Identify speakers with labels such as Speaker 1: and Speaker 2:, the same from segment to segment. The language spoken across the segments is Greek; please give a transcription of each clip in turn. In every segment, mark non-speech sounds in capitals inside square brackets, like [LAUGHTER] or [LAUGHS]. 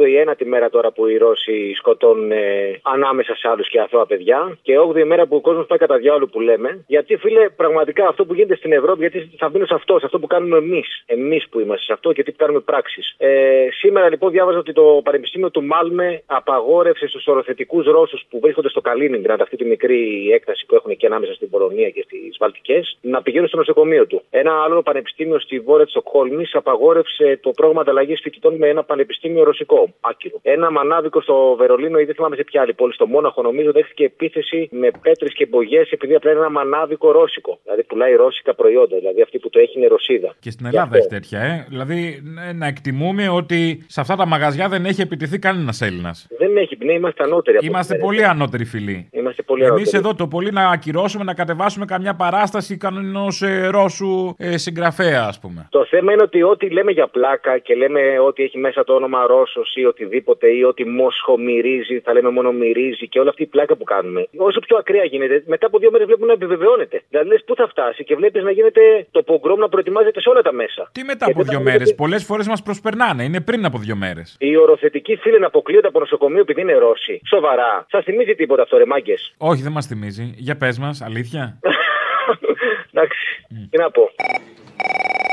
Speaker 1: 8η ένατη μέρα τώρα που οι Ρώσοι σκοτώνουν ε, ανάμεσα σε άλλους και αθώα παιδιά. Και 8η μέρα που ο κόσμος πάει κατά διάολο που λέμε. Γιατί φίλε, πραγματικά αυτό που γίνεται στην Ευρώπη, γιατί θα μπουν σε αυτό, σε αυτό που κάνουμε εμείς. Εμείς που είμαστε σε αυτό και τι κάνουμε πράξεις. Ε, σήμερα λοιπόν διάβαζα ότι το Πανεπιστήμιο του Μάλμε απαγόρευσε στους οροθετικούς Ρώσους που βρίσκονται στο Καλίνιγκραντ, αυτή τη μικρή έκταση που έχουν εκεί ανάμεσα στην Πολωνία και στις Βαλτικές, να πηγαίνουν στο νοσοκομείο του. Ένα άλλο πανεπιστήμιο στη βόρεια τη Στοκχόλμη απαγόρευσε το πρόγραμμα ανταλλαγής φοιτητών με ένα πανεπιστήμιο ρωσικό. Άκυρο. Ένα μανάβικο στο Βερολίνο ή δεν θυμάμαι σε ποια άλλη πόλη, στο Μόναχο νομίζω, δέχτηκε επίθεση με πέτρες και μπογιές επειδή απλά είναι ένα μανάβικο ρώσικο. Δηλαδή πουλάει ρώσικα προϊόντα. Δηλαδή αυτή που το έχει είναι Ρωσίδα.
Speaker 2: Και στην Ελλάδα έχει τέτοια, ε. Δηλαδή ναι, να εκτιμούμε ότι σε αυτά τα μαγαζιά δεν έχει επιτεθεί κανένας Έλληνας.
Speaker 1: Δεν έχει πνεύμα, είμαστε ανώτεροι. από ό,τι
Speaker 3: Ε,
Speaker 2: Είμαστε
Speaker 1: φαίνεται.
Speaker 2: πολύ ανώτεροι φίλοι.
Speaker 1: Είμαστε πολύ
Speaker 2: Εμείς
Speaker 1: ανώτεροι.
Speaker 2: εδώ το πολύ να ακυρώσουμε, να κατεβάσουμε καμιά παράσταση κανένα Ρώσου ε, συγγραφέα, ας πούμε.
Speaker 1: Το θέμα είναι ότι ό,τι λέμε για πλάκα και λέμε ότι έχει μέσα το όνομα Ρώσος ή οτιδήποτε ή ότι Μόσχο μυρίζει, θα λέμε μόνο μυρίζει και όλη αυτή η πλάκα που κάνουμε. Όσο πιο ακραία γίνεται, μετά από δύο μέρες βλέπουμε να επιβεβαιώνεται. Δηλαδή λες πού θα φτάσει και βλέπεις να γίνεται το πογκρόμ να προετοιμάζεται σε όλα τα μέσα.
Speaker 2: Τι
Speaker 3: Ε,
Speaker 2: μετά
Speaker 1: Και
Speaker 2: από
Speaker 1: δεν
Speaker 2: δύο
Speaker 1: θα
Speaker 2: μέρε.
Speaker 1: γίνεται-
Speaker 2: Πολλές φορές μας προσπερνάνε. Είναι πριν από δύο μέρες.
Speaker 1: Οι οροθετικοί φίλοι να αποκλείονται από νοσοκομείο επειδή είναι Ρώσοι. Σοβαρά. Σας θυμίζει τίποτα αυτό, ρε μάγκες.
Speaker 2: Όχι, δεν μας θυμίζει. Για πες μας, αλήθεια.
Speaker 1: Εντάξει.
Speaker 2: Ε,
Speaker 1: Τι να πω.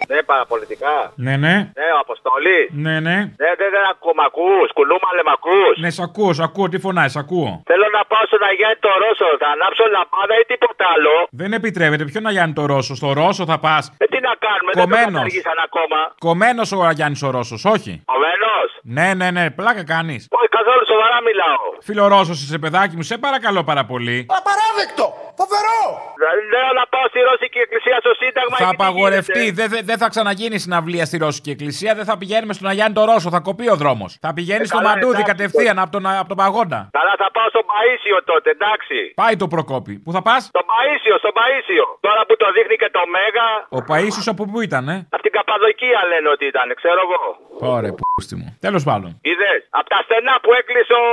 Speaker 3: Ναι, παραπολιτικά.
Speaker 2: ναι, ναι.
Speaker 3: Ναι, ο Αποστολή.
Speaker 2: Ναι, ναι.
Speaker 3: Ναι, ναι, δεν ακούω, μ' ακούς. Κουλούμα, λε, μ' ακούς.
Speaker 2: Ναι, σ' ακούω, σ' ακούω. Τι φωνάει, σ' ακούω.
Speaker 3: Θέλω να πάω στον Αγιάννη το Ρώσο. Θα ανάψω λαμπάδα ή τίποτα άλλο.
Speaker 2: Δεν επιτρέπεται. Ποιο να γιάνει το Ρώσο. Στο Ρώσο θα πας.
Speaker 3: Ε, τι να κάνουμε, δεν
Speaker 2: Κομμένος.
Speaker 3: το καταργήσαν ακόμα.
Speaker 2: Κομμένος ο Γιάννη ο Ρώσος, όχι.
Speaker 3: Κομμένος.
Speaker 2: Ναι, ναι, ναι, πλάκα κάνεις.
Speaker 3: Όχι, καθόλου σοβαρά μιλάω.
Speaker 2: Φίλο Ρώσο, είσαι παιδάκι μου, σε παρακαλώ πάρα πολύ.
Speaker 4: Απαράδεκτο! Φοβερό!
Speaker 3: Δε- Λέω Δηλαδή, να πάω στη Ρώσικη Εκκλησία στο Σύνταγμα.
Speaker 2: Θα
Speaker 3: εκεί τι
Speaker 2: απαγορευτεί,
Speaker 3: γίνεται.
Speaker 2: δεν δε, δεν θα ξαναγίνει συναυλία στη Ρώσικη Εκκλησία, δεν θα πηγαίνουμε στον Αγιάννη το Ρώσο, θα κοπεί ο δρόμος. Θα πηγαίνει
Speaker 3: Ε,
Speaker 2: στο
Speaker 3: καλά,
Speaker 2: Μαντούδι
Speaker 3: εντάξει,
Speaker 2: κατευθείαν από τον, από τον παγόντα.
Speaker 3: Καλά, θα πάω στον Παίσιο τότε, εντάξει.
Speaker 2: Πάει το Προκόπη. Πού θα πας,
Speaker 3: Στον Παίσιο, στον Παίσιο. Τώρα που το δείχνει και το Μέγα.
Speaker 2: ο Παίσιος από πού ήταν, ε.
Speaker 3: Από την Καπαδοκία λένε ότι ήταν, ξέρω εγώ.
Speaker 2: Ωραία, πούστη μου. Τέλος πάντων.
Speaker 3: Είδες. Από τα στενά που έκλεισε ο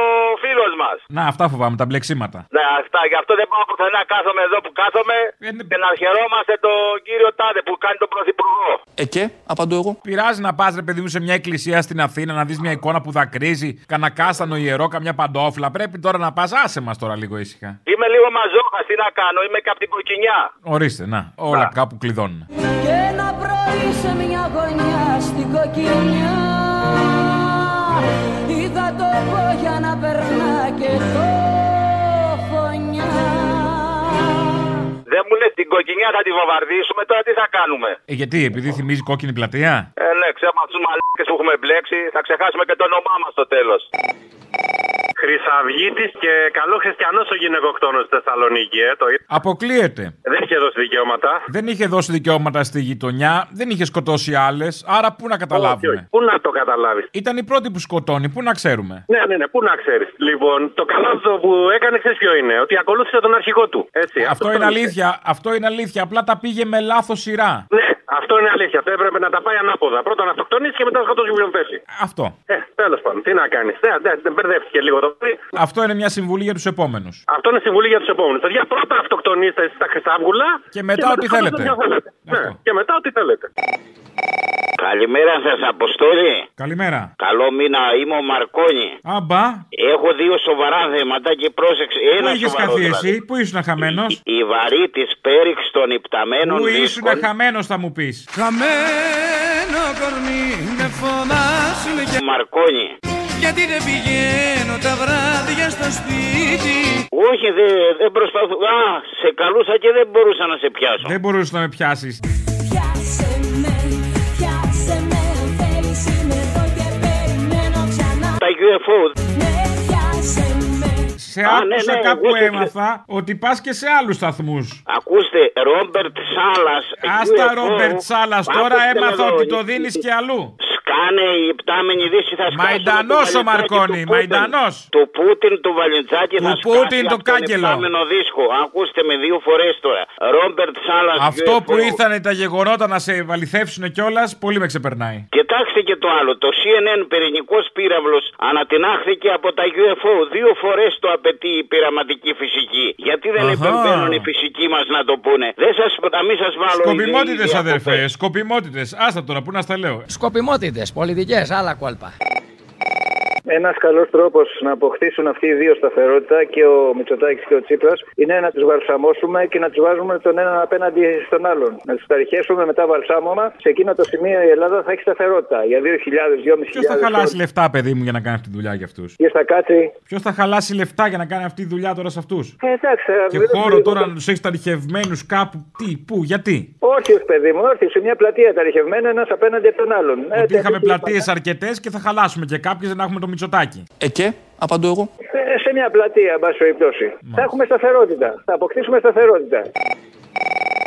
Speaker 3: φίλος μας.
Speaker 2: Να, αυτά φοβάμαι, τα μπλεξίματα.
Speaker 3: Ναι, αυτά. Γι' αυτό δεν πάω πουθενά. Κάθομαι εδώ που κάθομαι
Speaker 2: Ε, ναι.
Speaker 3: και να χαιρόμαστε τον κύριο Τάδε που κάνει τον πρωθυπουργό.
Speaker 4: Ε, και, απαντώ εγώ.
Speaker 2: Πειράζει να πας, ρε παιδί μου, σε μια εκκλησία στην Αθήνα, να δεις μια εικόνα που δακρύζει, κανένα κάστανο ιερό, καμιά παντόφλα. Πρέπει τώρα να πας, άσε μας τώρα λίγο ήσυχα.
Speaker 3: Είμαι λίγο μαζόχα, τι να κάνω, είμαι και από την κοκκινιά.
Speaker 2: Ορίστε, να. Όλα
Speaker 3: Να.
Speaker 2: κάπου κλειδώνουν.
Speaker 5: Και ένα πρωί σε μια γωνιά στην κοκκινιά Είδα το πόγια να περνά και το φωνιά
Speaker 3: Δεν μου λες την κοκκινιά θα τη βομβαρδίσουμε, τώρα τι θα κάνουμε.
Speaker 2: Ε, γιατί, επειδή θυμίζει κόκκινη πλατεία.
Speaker 3: Ε, ναι, ξέρω από του μαλάκες που έχουμε μπλέξει, θα ξεχάσουμε και το όνομά μας στο τέλος.
Speaker 6: Χρυσαυγήτη και καλό χριστιανός ο γυναικοκτόνος στη Θεσσαλονίκη, ε, το είδα.
Speaker 2: Αποκλείεται.
Speaker 6: Δεν είχε δώσει δικαιώματα.
Speaker 2: Δεν είχε δώσει δικαιώματα στη γειτονιά, δεν είχε σκοτώσει άλλες, άρα πού να
Speaker 6: Όχι, όχι.
Speaker 2: καταλάβουμε.
Speaker 6: Πού να το καταλάβεις.
Speaker 2: Ήταν η πρώτη που σκοτώνει, πού να ξέρουμε.
Speaker 6: Ναι, ναι, ναι, πού να ξέρεις. Λοιπόν, το καλό αυτό που έκανε, ξέρεις ποιο είναι. Ότι ακολούθησε τον αρχηγό του. Έτσι,
Speaker 2: Αυτό είναι αλήθεια, αυτό είναι αλήθεια. Απλά τα πήγε με λάθος σειρά.
Speaker 6: Ναι, αυτό είναι αλήθεια. Θα έπρεπε να τα πάει ανάποδα. Πρώτα να αυτοκτονήσει και μετά να σκοτώσει όποιον πέσει.
Speaker 2: Αυτό.
Speaker 6: Ε, τέλος πάντων, τι να κάνεις. Ναι, ναι, ναι, μπερδεύτηκε λίγο το παιδί.
Speaker 2: Αυτό είναι μια συμβουλή για τους επόμενους.
Speaker 6: Αυτό είναι συμβουλή για τους επόμενους. Παιδιά, πρώτα αυτοκτονήστε στα Χρυσάβγουλα.
Speaker 2: Και μετά ό,τι
Speaker 6: σκοτώστε
Speaker 2: θέλετε.
Speaker 6: όποιον θέλετε. Ναι,
Speaker 2: Αυτό.
Speaker 6: και μετά ό,τι θέλετε.
Speaker 3: Καλημέρα σας, Αποστόλη.
Speaker 2: Καλημέρα.
Speaker 3: Καλό μήνα, είμαι ο Μαρκόνη.
Speaker 2: Αμπά,
Speaker 3: Έχω δύο σοβαρά θέματα και πρόσεξε.
Speaker 2: πού
Speaker 3: Ένα
Speaker 2: είχες
Speaker 3: σοβαρό
Speaker 2: χαθεί
Speaker 3: δηλαδή.
Speaker 2: εσύ, πού ήσουν χαμένος.
Speaker 3: Η βαρύ της πέριξ των υπταμένων λοιπόν,
Speaker 2: Πού ήσουν
Speaker 3: δίσκων
Speaker 2: χαμένος, θα μου πεις.
Speaker 7: Χαμένο κορμί με φωνάζουν και
Speaker 3: του Μαρκόνη.
Speaker 7: γιατί δεν πηγαίνω τα βράδια στο σπίτι
Speaker 3: Όχι, δε- δεν προσπαθώ. Α, σε καλούσα και δεν μπορούσα να σε πιάσω.
Speaker 2: Δεν μπορούσες να με πιάσεις.
Speaker 5: Πιάσε με, πιάσε με αν θέλεις είμαι εδώ και περιμένω ξανά
Speaker 3: Τα UFO.
Speaker 5: Ναι, πιάσε με
Speaker 2: Σε
Speaker 3: Α, ναι,
Speaker 2: άκουσα
Speaker 3: ναι,
Speaker 2: κάπου
Speaker 3: εγώ το-
Speaker 2: έμαθα ότι πας και σε άλλους σταθμούς.
Speaker 3: Ακούστε, Ρόμπερτ Σάλλα.
Speaker 2: Άστα, Ρόμπερτ Σάλλα, τώρα έμαθα ότι το δίνεις και αλλού.
Speaker 3: Σκάνε οι υπτάμενοι δύση θα σκάσουν.
Speaker 2: Μαϊντανός
Speaker 3: το
Speaker 2: ο
Speaker 3: Βαλεντζάκι του Πούτιν.
Speaker 2: Μαϊντανός, μαϊντανός.
Speaker 3: Του Πούτιν, του Βαλεντζάκη
Speaker 2: Του
Speaker 3: θα
Speaker 2: Πούτιν, το
Speaker 3: τον
Speaker 2: κάγκελο.
Speaker 3: υπτάμενο δίσκο. Ακούστε με δύο φορές τώρα. Ρόμπερτ Σάλλα.
Speaker 2: Αυτό που ήρθανε τα γεγονότα να σε βαληθεύσουν κιόλας, πολύ με ξεπερνάει.
Speaker 3: Κοιτάξτε και το άλλο. Το CNN πυρηνικός πύραυλος ανατινάχθηκε από τα UFO. Δύο φορές το απαιτεί η πειραματική φυσική. Γιατί δεν
Speaker 2: Αχα.
Speaker 3: επεμβαίνουν οι φυσικοί μας να το πούνε. Δεν σας, να μην σας βάλω
Speaker 2: Σκοπιμότητες,
Speaker 3: ιδεολογία
Speaker 2: αδερφέ.
Speaker 3: ποτέ.
Speaker 2: Σκοπιμότητες. Άστα τώρα, πού να στα λέω.
Speaker 8: Σκοπιμότητες, πολιτικέ, άλλα κόλπα.
Speaker 6: Ένας καλός τρόπος να αποκτήσουν αυτοί οι δύο σταθερότητα και ο Μητσοτάκης και ο Τσίπρας είναι να τους βαλσαμώσουμε και να τους βάζουμε τον έναν απέναντι στον άλλον. Να τους ταριχέσουμε μετά βαλσάμωμα. Σε εκείνο το σημείο η Ελλάδα θα έχει σταθερότητα για 2.000-2.500.
Speaker 2: Ποιος θα χαλάσει λεφτά, παιδί μου, για να κάνει αυτή τη δουλειά για αυτούς.
Speaker 6: Ποιος θα κάτσει.
Speaker 2: Ποιος θα χαλάσει λεφτά για να κάνει αυτή τη δουλειά τώρα σε αυτούς.
Speaker 6: Ε, εντάξει, ε,
Speaker 2: Και
Speaker 6: δεν
Speaker 2: χώρο
Speaker 6: δουλεύω.
Speaker 2: τώρα να τους έχεις ταριχευμένους κάπου. Τι, πού, γιατί.
Speaker 6: Όρθιος, παιδί μου, όρθιος. Σε μια πλατεία ταριχευμένα ένας απέναντι από τον άλλον. Ε,
Speaker 2: Ότι
Speaker 6: τέτοιο
Speaker 2: είχαμε
Speaker 6: είπα.
Speaker 2: πλατείες αρκετές και θα χαλάσουμε και κάποιες για να έχουμε το μυτσοτάκι.
Speaker 9: Ε, και, απαντώ εγώ.
Speaker 6: Ε, σε μια πλατεία, εν πάση περιπτώσει. Θα έχουμε σταθερότητα. Θα αποκτήσουμε σταθερότητα.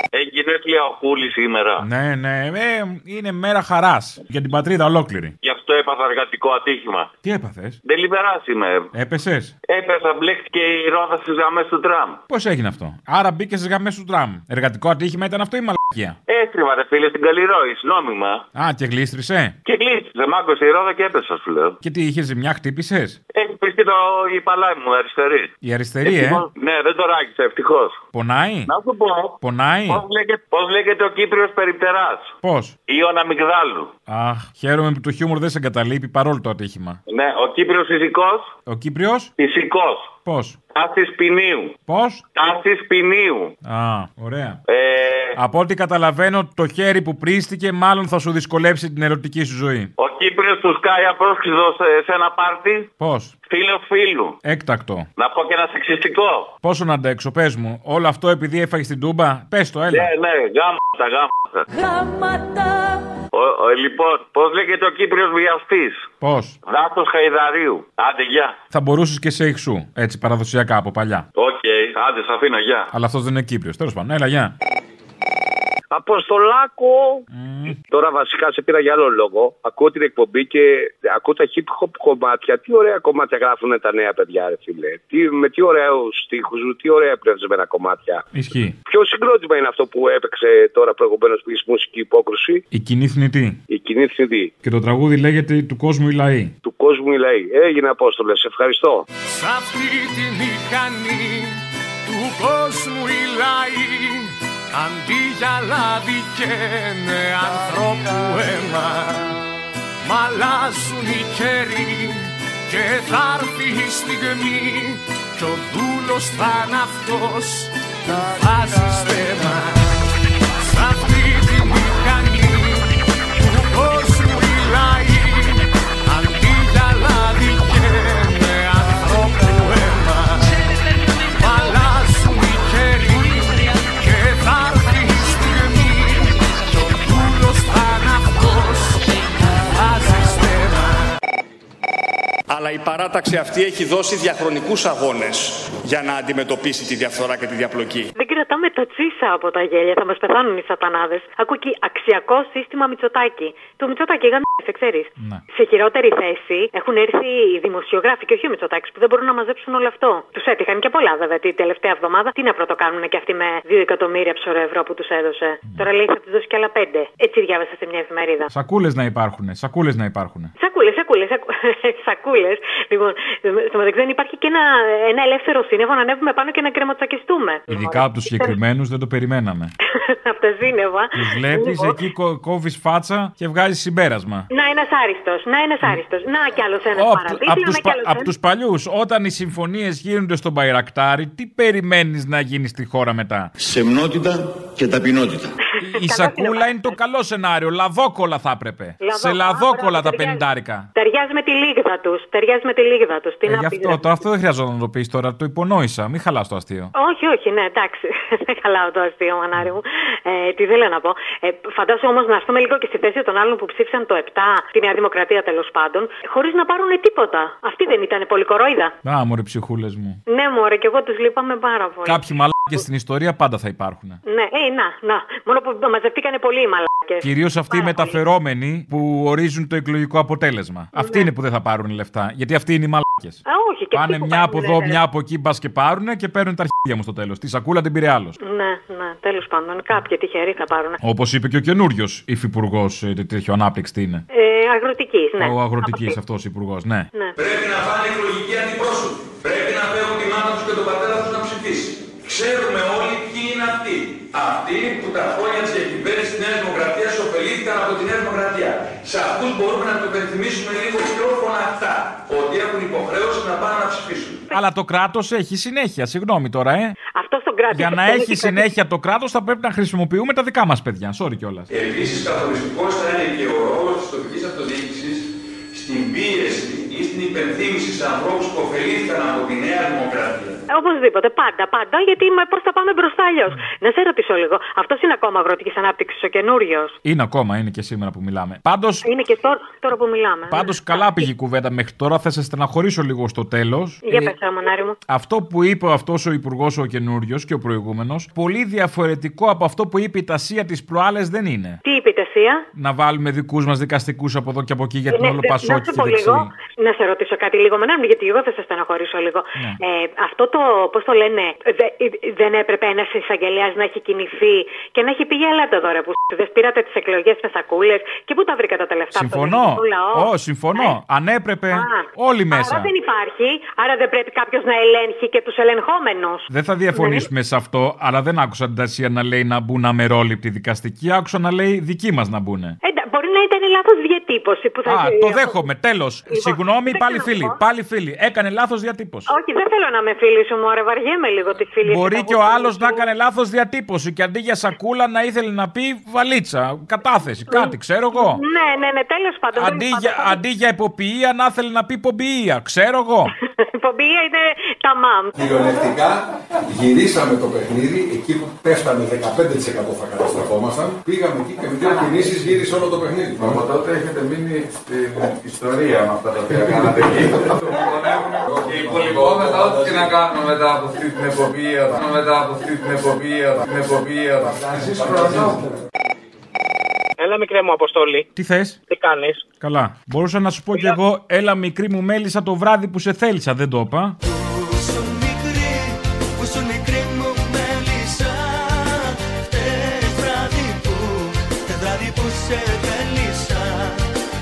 Speaker 10: Εγκυνέθλια ο Κούλη σήμερα.
Speaker 2: Ναι, ναι, ε, είναι μέρα χαράς για την πατρίδα ολόκληρη.
Speaker 10: Γι' αυτό έπαθα εργατικό ατύχημα.
Speaker 2: Τι Ε. έπαθες,
Speaker 10: Δεν λιβεράς είμαι.
Speaker 2: έπεσες.
Speaker 10: Έπεσα, μπλέκτηκε η ρόδα στις γραμμές του τραμ.
Speaker 2: Πώς έγινε αυτό. Άρα μπήκες στις γραμμές του τραμ. Εργατικό ατύχημα ήταν αυτό ή μαλακία.
Speaker 10: Έστριβα, ρε φίλε, στην Καλλιρόη, νόμιμα.
Speaker 2: Α, και γλίστρισε.
Speaker 10: Και κλείστησε, μάγκωσε η ρόδα και έπεσα, σου λέω.
Speaker 2: Και τι είχε ζημιά, χτύπησες.
Speaker 10: Έχει πιστεί το η παλάι μου, αριστερή.
Speaker 2: Η αριστερή, ε.
Speaker 10: Ευτυχώς- Ναι, δεν το ράγισε, ευτυχώς.
Speaker 2: Πονάει.
Speaker 10: Να σου πω.
Speaker 2: Πονάει.
Speaker 10: Πώς λέγεται, πώς λέγεται ο Κύπριος περιπτεράς.
Speaker 2: Πώς.
Speaker 10: Ιώνα Μιγδάλου.
Speaker 2: Αχ, χαίρομαι που το χιούμορ δεν σε εγκαταλείπει παρόλο το ατύχημα.
Speaker 10: Ναι, ο Κύπριος φυσικός.
Speaker 2: Ο Κύπριος.
Speaker 10: Φυσικός.
Speaker 2: Πώς.
Speaker 10: Τάσης ποινίου.
Speaker 2: Πώς?
Speaker 10: Τάσης ποινίου.
Speaker 2: Α, ωραία.
Speaker 10: Ε,
Speaker 2: Από ό,τι καταλαβαίνω, το χέρι που πρίστηκε μάλλον θα σου δυσκολέψει την ερωτική σου ζωή.
Speaker 10: ο Κύπριος του σκάει απρόσκλητο σε, σε ένα πάρτι.
Speaker 2: Πώς.
Speaker 10: Φίλος φίλου.
Speaker 2: Έκτακτο.
Speaker 10: Να πω και ένα σεξιστικό.
Speaker 2: Πόσο να αντέξω, πες μου. Όλο αυτό επειδή έφαγες την τούμπα. Πες το, έλα.
Speaker 10: Ναι, ναι, γάμματα, γάμματα. Ο- ο- λοιπόν, πώς λέγεται ο Κύπριος βιαστής.
Speaker 2: Πώς.
Speaker 10: Δάσος Χαϊδαρίου. Άντε, γεια.
Speaker 2: Θα μπορούσες και σε εξού. Έτσι, παραδοσιακά από παλιά.
Speaker 10: Οκ, άντε, σε αφήνω, γεια.
Speaker 2: Αλλά αυτός δεν είναι Κύπριος. Τέλος πάντων, έλα, γεια.
Speaker 11: Αποστολάκο! Τώρα βασικά σε πήρα για άλλο λόγο. Ακούω την εκπομπή και ακούω τα hip hop κομμάτια. Τι ωραία κομμάτια γράφουν τα νέα παιδιά, ρε φίλε. Τι, με τι ωραίους στίχους, τι ωραία πνευσμένα κομμάτια.
Speaker 2: Ισχύει.
Speaker 11: Ποιο συγκρότημα είναι αυτό που έπαιξε τώρα προηγουμένως που είχε μουσική υπόκριση,
Speaker 2: Η κοινή θνητή.
Speaker 11: η κοινή θνητή
Speaker 2: Και το τραγούδι λέγεται Του κόσμου οι λαοί.
Speaker 11: του κόσμου οι λαοί. Έγινε Απόστολε, ευχαριστώ.
Speaker 5: Σ' αυτή τη μηχανή του κόσμου οι λαοί αντί για λάδι καίνε ανθρώπου αίμα μ' αλλάζουν οι καιροί και θα έρθει η στιγμή κι ο δούλος θα είναι αυτός που βάζει στέμα Σ' αυτή τη μηχανή του κόσμου οι λαοί Αντί για λάδι καίνε ανθρώπου αίμα Μ' αλλάζουν οι χέρι και θα έρθει η στιγμή Κι ο δούλος θα είναι αυτός που βάζει στέμα
Speaker 9: Αλλά η παράταξη αυτή έχει δώσει διαχρονικούς αγώνες για να αντιμετωπίσει τη διαφθορά και τη διαπλοκή.
Speaker 12: Δεν κρατάμε τα τσίσα από τα γέλια, θα μας πεθάνουν οι σατανάδες. Ακούω εκεί αξιακό σύστημα Μητσοτάκη. Το Μητσοτάκη γαμιέσαι, ξέρει. Σε χειρότερη θέση έχουν έρθει οι δημοσιογράφοι και όχι ο Μητσοτάκης που δεν μπορούν να μαζέψουν όλο αυτό. Τους έτυχαν και πολλά βέβαια την τελευταία εβδομάδα. Τι να πρωτοκάνουν και αυτοί με 2 εκατομμύρια ψωρευρώ που τους έδωσε. Τώρα λέει θα τους δώσει κι άλλα 5. Έτσι διάβασα σε μια εφημερίδα.
Speaker 2: Σακούλες να υπάρχουν, σακούλες να υπάρχουν.
Speaker 12: Σακούλες, σακούλες, [LAUGHS] σακούλες. Λοιπόν, στο μεταξύ δεν υπάρχει και ένα, ένα ελεύθερο σύννεφο να ανέβουμε πάνω και να κρεματσακιστούμε.
Speaker 2: Ειδικά από τους συγκεκριμένους δεν το περιμέναμε.
Speaker 12: [LAUGHS] από τα σύννεφα.
Speaker 2: Τους βλέπεις,
Speaker 12: Λοιπόν.
Speaker 2: εκεί κόβεις φάτσα και βγάζεις συμπέρασμα.
Speaker 12: Να ένας άριστος, να ένας άριστος. Να κι άλλος ένας
Speaker 2: Από
Speaker 12: παραπίτη, να
Speaker 2: τους,
Speaker 12: κι άλλος
Speaker 2: απ' τους παλιούς, όταν οι συμφωνίες γίνονται στον Παϊρακτάρι, τι περιμένεις να γίνει στη χώρα μετά.
Speaker 13: Σεμνότητα και ταπεινότητα.
Speaker 2: Η σακούλα είναι το καλό σενάριο. Λαδόκολα θα έπρεπε.
Speaker 12: Λαδόκολα,
Speaker 2: Σε λαδόκολα
Speaker 12: μπράβο,
Speaker 2: τα
Speaker 12: ταιριάζει.
Speaker 2: πεντάρικα.
Speaker 12: Ταιριάζει με τη λίγδα τους. Ταιριάζει με τη λίγδα τους. Τι
Speaker 2: Ε,
Speaker 12: να
Speaker 2: γι'
Speaker 12: πεις,
Speaker 2: αυτό,
Speaker 12: ρε.
Speaker 2: το, αυτό δεν χρειαζόταν να το πεις τώρα. Το υπονόησα. Μην χαλάς το αστείο.
Speaker 12: Όχι, όχι, ναι, εντάξει. [LAUGHS] Δεν χαλάω το αστείο, μανάρι μου. Ε, τι θέλω να πω. Ε, φαντάζομαι όμως να έρθουμε λίγο και στη θέση των άλλων που ψήφισαν το 7, τη Νέα Δημοκρατία τέλος πάντων, χωρίς να πάρουν τίποτα. Αυτή δεν ήταν πολυκορόιδα.
Speaker 2: Α, μωρέ ψυχούλες μου.
Speaker 12: Ναι, μωρέ, και εγώ τους λείπαμε πάρα πολύ.
Speaker 2: Κάποιοι μαλάκες στην ιστορία πάντα θα υπάρχουν.
Speaker 12: Ναι, ε, να, να. Μόνο που μαζευτήκανε πολύ οι μαλάκες.
Speaker 2: Κυρίως αυτοί οι μεταφερόμενοι που ορίζουν το εκλογικό αποτέλεσμα.
Speaker 12: Ναι.
Speaker 2: Αυτοί είναι που δεν θα πάρουν λεφτά. Γιατί αυτοί είναι οι μαλάκες.
Speaker 12: Α, όχι, και [LAUGHS]
Speaker 2: Πάνε
Speaker 12: αυτοί που ναι.
Speaker 2: μια από
Speaker 12: κάνουν,
Speaker 2: εδώ,
Speaker 12: ρε.
Speaker 2: μια από εκεί, μπας και πάρουν και παίρνουν τα αρχίδια μου στο τέλος. Τη σακούλα την πήρε άλλος.
Speaker 12: Ναι, ναι, τέλος πάντων. Κάποιοι τυχεροί θα πάρουν.
Speaker 2: Όπως είπε και ο καινούριος υφυπουργός, τέτοιο ε, ανάπτυξη τι είναι.
Speaker 12: Ε, αγροτικής, ναι.
Speaker 2: Ο αγροτικής αυτός υπουργός, ναι.
Speaker 12: Ναι.
Speaker 14: Πρέπει να πάνε εκλογικοί αντιπρόσωποι. Πρέπει να παίρνουν τη μάνα τους και τον πατέρα τους να ψηφίσει. Ξέρουμε όλοι ποιοι είναι αυτοί. Αυτοί που τα χρόνια της διακυβέρνησης της Νέας Δημοκρατίας ωφελήθηκαν από τη Νέα Δημοκρατία. Σε αυτούς μπορούμε να του υπενθυμίσουμε λίγο πιο φωναχτά ότι έχουν υποχρέωση να πάνε να ψηφίσουν.
Speaker 2: Αλλά το κράτος έχει συνέχεια. Συγγνώμη τώρα, ε.
Speaker 12: Αυτό στον κράτος.
Speaker 2: Για να
Speaker 12: θέλει
Speaker 2: έχει
Speaker 12: και κάτι-
Speaker 2: συνέχεια το κράτος, θα πρέπει να χρησιμοποιούμε τα δικά μας παιδιά. Sorry κιόλας.
Speaker 14: Επίσης καθοριστικός θα είναι και ο ρόλος της τοπικής αυτοδιοίκησης στην πίεση ή στην υπενθύμησης σε ανθρώπους που ωφελήθηκαν από τη Νέα Δημοκρατία.
Speaker 12: Οπωσδήποτε, πάντα, πάντα, γιατί πώς θα πάμε μπροστά αλλιώς.
Speaker 2: Mm.
Speaker 12: Να σε ρωτήσω λίγο, αυτός είναι ακόμα αγροτικής ανάπτυξης ο καινούριος.
Speaker 2: Είναι ακόμα, είναι και σήμερα που μιλάμε. Πάντως.
Speaker 12: Είναι και τώρα, τώρα που μιλάμε.
Speaker 2: Πάντως καλά πήγε η κουβέντα μέχρι τώρα, θα σε στεναχωρήσω λίγο στο τέλος.
Speaker 12: Για
Speaker 2: Ε,
Speaker 12: πες, ρε, μονάρι μου.
Speaker 2: Αυτό που είπε αυτός ο υπουργός ο καινούριος και ο προηγούμενος, πολύ διαφορετικό από αυτό που είπε η Τασία τη προάλλες δεν είναι.
Speaker 12: Τι είπε η Τασία?
Speaker 2: Να βάλουμε δικούς μας δικαστικούς από εδώ και από εκεί για την
Speaker 12: Ναι,
Speaker 2: όλο
Speaker 12: δε- να
Speaker 2: Πασόκη
Speaker 12: σε
Speaker 2: στη
Speaker 12: πω
Speaker 2: δεξή.
Speaker 12: λίγο, να σε ρωτήσω κάτι λίγο, Μενάμι, γιατί εγώ θα σε στεναχωρήσω λίγο.
Speaker 2: Ναι.
Speaker 12: Ε, αυτό το, πώς το λένε, δε- ε, δεν έπρεπε ένας εισαγγελέας να έχει κινηθεί και να έχει πει για ελάτε εδώ, ρε, που σ***, δεν πήρατε τις εκλογές με σακούλες και πού τα βρήκατε τα λεφτά από τον
Speaker 2: Συμφωνώ.
Speaker 12: ελληνικό λαό.
Speaker 2: Ω, συμφωνώ. Αν έπρεπε,
Speaker 12: Ναι. Α,
Speaker 2: όλοι
Speaker 12: Άρα
Speaker 2: μέσα.
Speaker 12: δεν υπάρχει, άρα δεν πρέπει κάποιος να ελέγχει και τους ελεγχόμενους.
Speaker 2: Δεν θα διαφωνήσουμε
Speaker 12: Ναι.
Speaker 2: σε αυτό, αλλά δεν άκουσα την Τασία να λέει να μπουν αμερόληπτοι δικαστικοί. Άκουσα να λέει δικοί μας να μπουν.
Speaker 12: Εντα- μπορεί να ήταν λάθος διατύπωση που θα
Speaker 2: Α,
Speaker 12: ε,
Speaker 2: το δέχομαι. Τέλος. Συγγνώμη,
Speaker 12: δεν
Speaker 2: πάλι
Speaker 12: ξέρω
Speaker 2: φίλοι.
Speaker 12: εγώ.
Speaker 2: Πάλι φίλοι. Έκανε λάθος διατύπωση.
Speaker 12: Όχι, δεν θέλω να με φίλη σου, μου βαριέμαι λίγο τη φίλη
Speaker 2: Μπορεί και ο άλλο να έκανε λάθος διατύπωση και αντί για σακούλα να ήθελε να πει βαλίτσα, κατάθεση, κάτι, ξέρω εγώ.
Speaker 12: Ναι, ναι, ναι, τέλος πάντων. τέλος
Speaker 2: Αντί
Speaker 12: πάντων.
Speaker 2: για, αντί για υποποιία να ήθελε να πει πομπιεία, ξέρω εγώ.
Speaker 12: Η πομπή είναι τα μαμ.
Speaker 11: Κυριολεκτικά γυρίσαμε το παιχνίδι εκεί που πέφτανε 15% θα καταστραφόμασταν. Πήγαμε εκεί και με δύο κινήσεις γύρισε όλο το παιχνίδι.
Speaker 15: Από τότε έχετε μείνει στην ιστορία με αυτά τα οποία κάνατε εκεί. Και υπολοιπόμεθα ό,τι και να κάνω μετά από αυτή την εποπία, μετά από αυτή την εποπία, την ε, εποπία. Εσείς χρονό.
Speaker 16: Έλα, μικρέ μου Αποστόλη.
Speaker 2: Τι θες?
Speaker 16: Τι κάνεις.
Speaker 2: Καλά. Μπορούσα να σου πω κι εγώ, έλα μικρή μου μέλισσα το βράδυ που σε θέλησα, δεν το είπα.
Speaker 5: Πόσο μικρή, πόσο μικρή μου μέλισσα Χτες βράδυ που, χτες βράδυ που σε θέλησα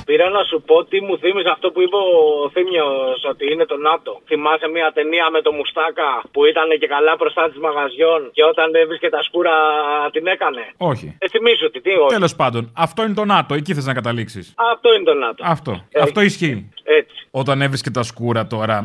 Speaker 16: Πήρα να σου πω τι μου θύμισε αυτό που είπε ο Θήμιος ότι είναι το ΝΑΤΟ. Θυμάσαι μια ταινία με το Μουστάκα που ήταν και καλά μπροστά της μαγαζιών και όταν έβρισκε τα σκούρα την έκανε.
Speaker 2: Όχι.
Speaker 16: Ε, θυμίσου τι, τι όχι.
Speaker 2: Τέλος πάντων, αυτό είναι το ΝΑΤΟ, εκεί θες να καταλήξεις.
Speaker 16: Αυτό είναι το ΝΑΤΟ.
Speaker 2: Αυτό. Αυτό ισχύει.
Speaker 16: ε, Έτσι.
Speaker 2: Όταν έβρισκε τα σκούρα τώρα,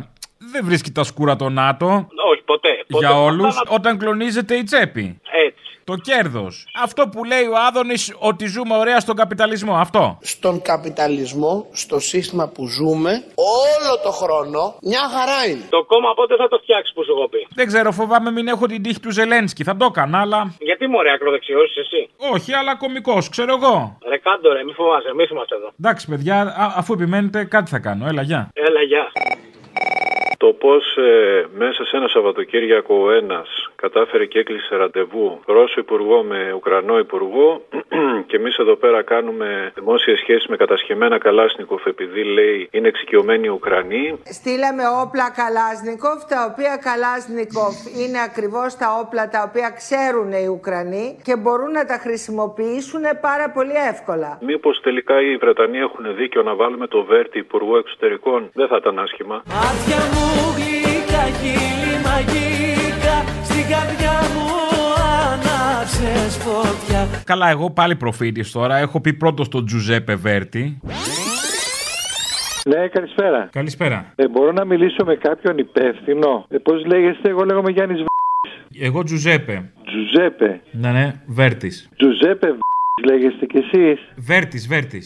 Speaker 2: δεν βρίσκει τα σκούρα το ΝΑΤΟ.
Speaker 16: Όχι, ποτέ. ποτέ.
Speaker 2: για όλου όταν κλονίζεται η τσέπη.
Speaker 16: Έτσι.
Speaker 2: Το κέρδος. Αυτό που λέει ο Άδωνης ότι ζούμε ωραία στον καπιταλισμό. Αυτό.
Speaker 17: στον καπιταλισμό, στο σύστημα που ζούμε, όλο το χρόνο μια χαρά είναι.
Speaker 16: Το κόμμα πότε θα το φτιάξει που σου έχω πει.
Speaker 2: Δεν ξέρω, φοβάμαι μην έχω την τύχη του Ζελένσκι. Θα το έκανα, αλλά.
Speaker 16: Γιατί μωρέ ακροδεξιός είσαι εσύ.
Speaker 2: Όχι, αλλά κωμικός, ξέρω εγώ.
Speaker 16: Ρε κάντο ρε, μη φοβάσαι, εμεί είμαστε εδώ.
Speaker 2: Εντάξει, παιδιά, α- αφού επιμένετε, κάτι θα κάνω. Έλα, γεια.
Speaker 16: Έλα, γεια.
Speaker 18: Το πώς μέσα σε ένα Σαββατοκύριακο ο ένας κατάφερε και έκλεισε ραντεβού Ρώσο Υπουργό με Ουκρανό Υπουργό [CLEARS THROAT] και εμείς εδώ πέρα κάνουμε δημόσιες σχέσεις με κατασχεμένα Καλάσνικοφ επειδή λέει είναι εξοικειωμένοι οι Ουκρανοί.
Speaker 19: Στείλαμε όπλα Καλάσνικοφ, τα οποία Καλάσνικοφ είναι ακριβώς τα όπλα τα οποία ξέρουν οι Ουκρανοί και μπορούν να τα χρησιμοποιήσουν πάρα πολύ εύκολα.
Speaker 18: Μήπως τελικά οι Βρετανοί έχουν δίκιο να βάλουμε το Βέρτι Υπουργό Εξωτερικών, δεν θα ήταν άσχημα.
Speaker 5: Μάτια μου γλυκά, χείλη μαγικά Στην καρδιά μου άναψες φωτιά
Speaker 2: Καλά, εγώ πάλι προφήτης τώρα. Έχω πει πρώτος τον Τζουζέπε Βέρτη.
Speaker 20: Ναι, καλησπέρα.
Speaker 2: Καλησπέρα.
Speaker 20: Ε, μπορώ να μιλήσω με κάποιον υπεύθυνο. Ε, Πώς λέγεστε, εγώ λέγομαι Γιάννης Β.
Speaker 2: Εγώ Τζουζέπε.
Speaker 20: Τζουζέπε.
Speaker 2: Ναι, ναι, Βέρτης.
Speaker 20: Τζουζέπε Β. Λέγεστε κι εσείς.
Speaker 2: Βέρτης, Βέρτης.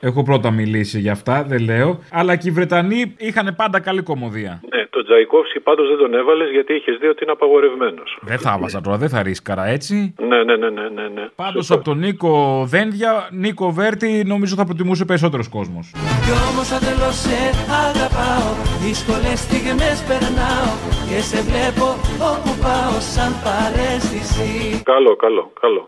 Speaker 2: Έχω πρώτα μιλήσει για αυτά, δεν λέω. Αλλά και οι Βρετανοί είχαν πάντα καλή κομμωδία.
Speaker 18: Ναι, τον Τζαϊκόφσκι πάντως δεν τον έβαλες γιατί είχες δει ότι είναι απαγορευμένος.
Speaker 2: Δεν θα άβαζα τώρα, δεν θα ρίσκαρα έτσι.
Speaker 18: Ναι, ναι, ναι, ναι, ναι. ναι.
Speaker 2: Πάντως από τον Νίκο Δένδια, Νίκο Βέρτη, νομίζω θα προτιμούσε περισσότερος κόσμος.
Speaker 5: Κι όμως ατελώς σε αγαπάω Δύσκολες στιγμές περνάω Και σε βλέπω όπου πάω σαν παρέστηση
Speaker 18: Καλό, καλό, καλό.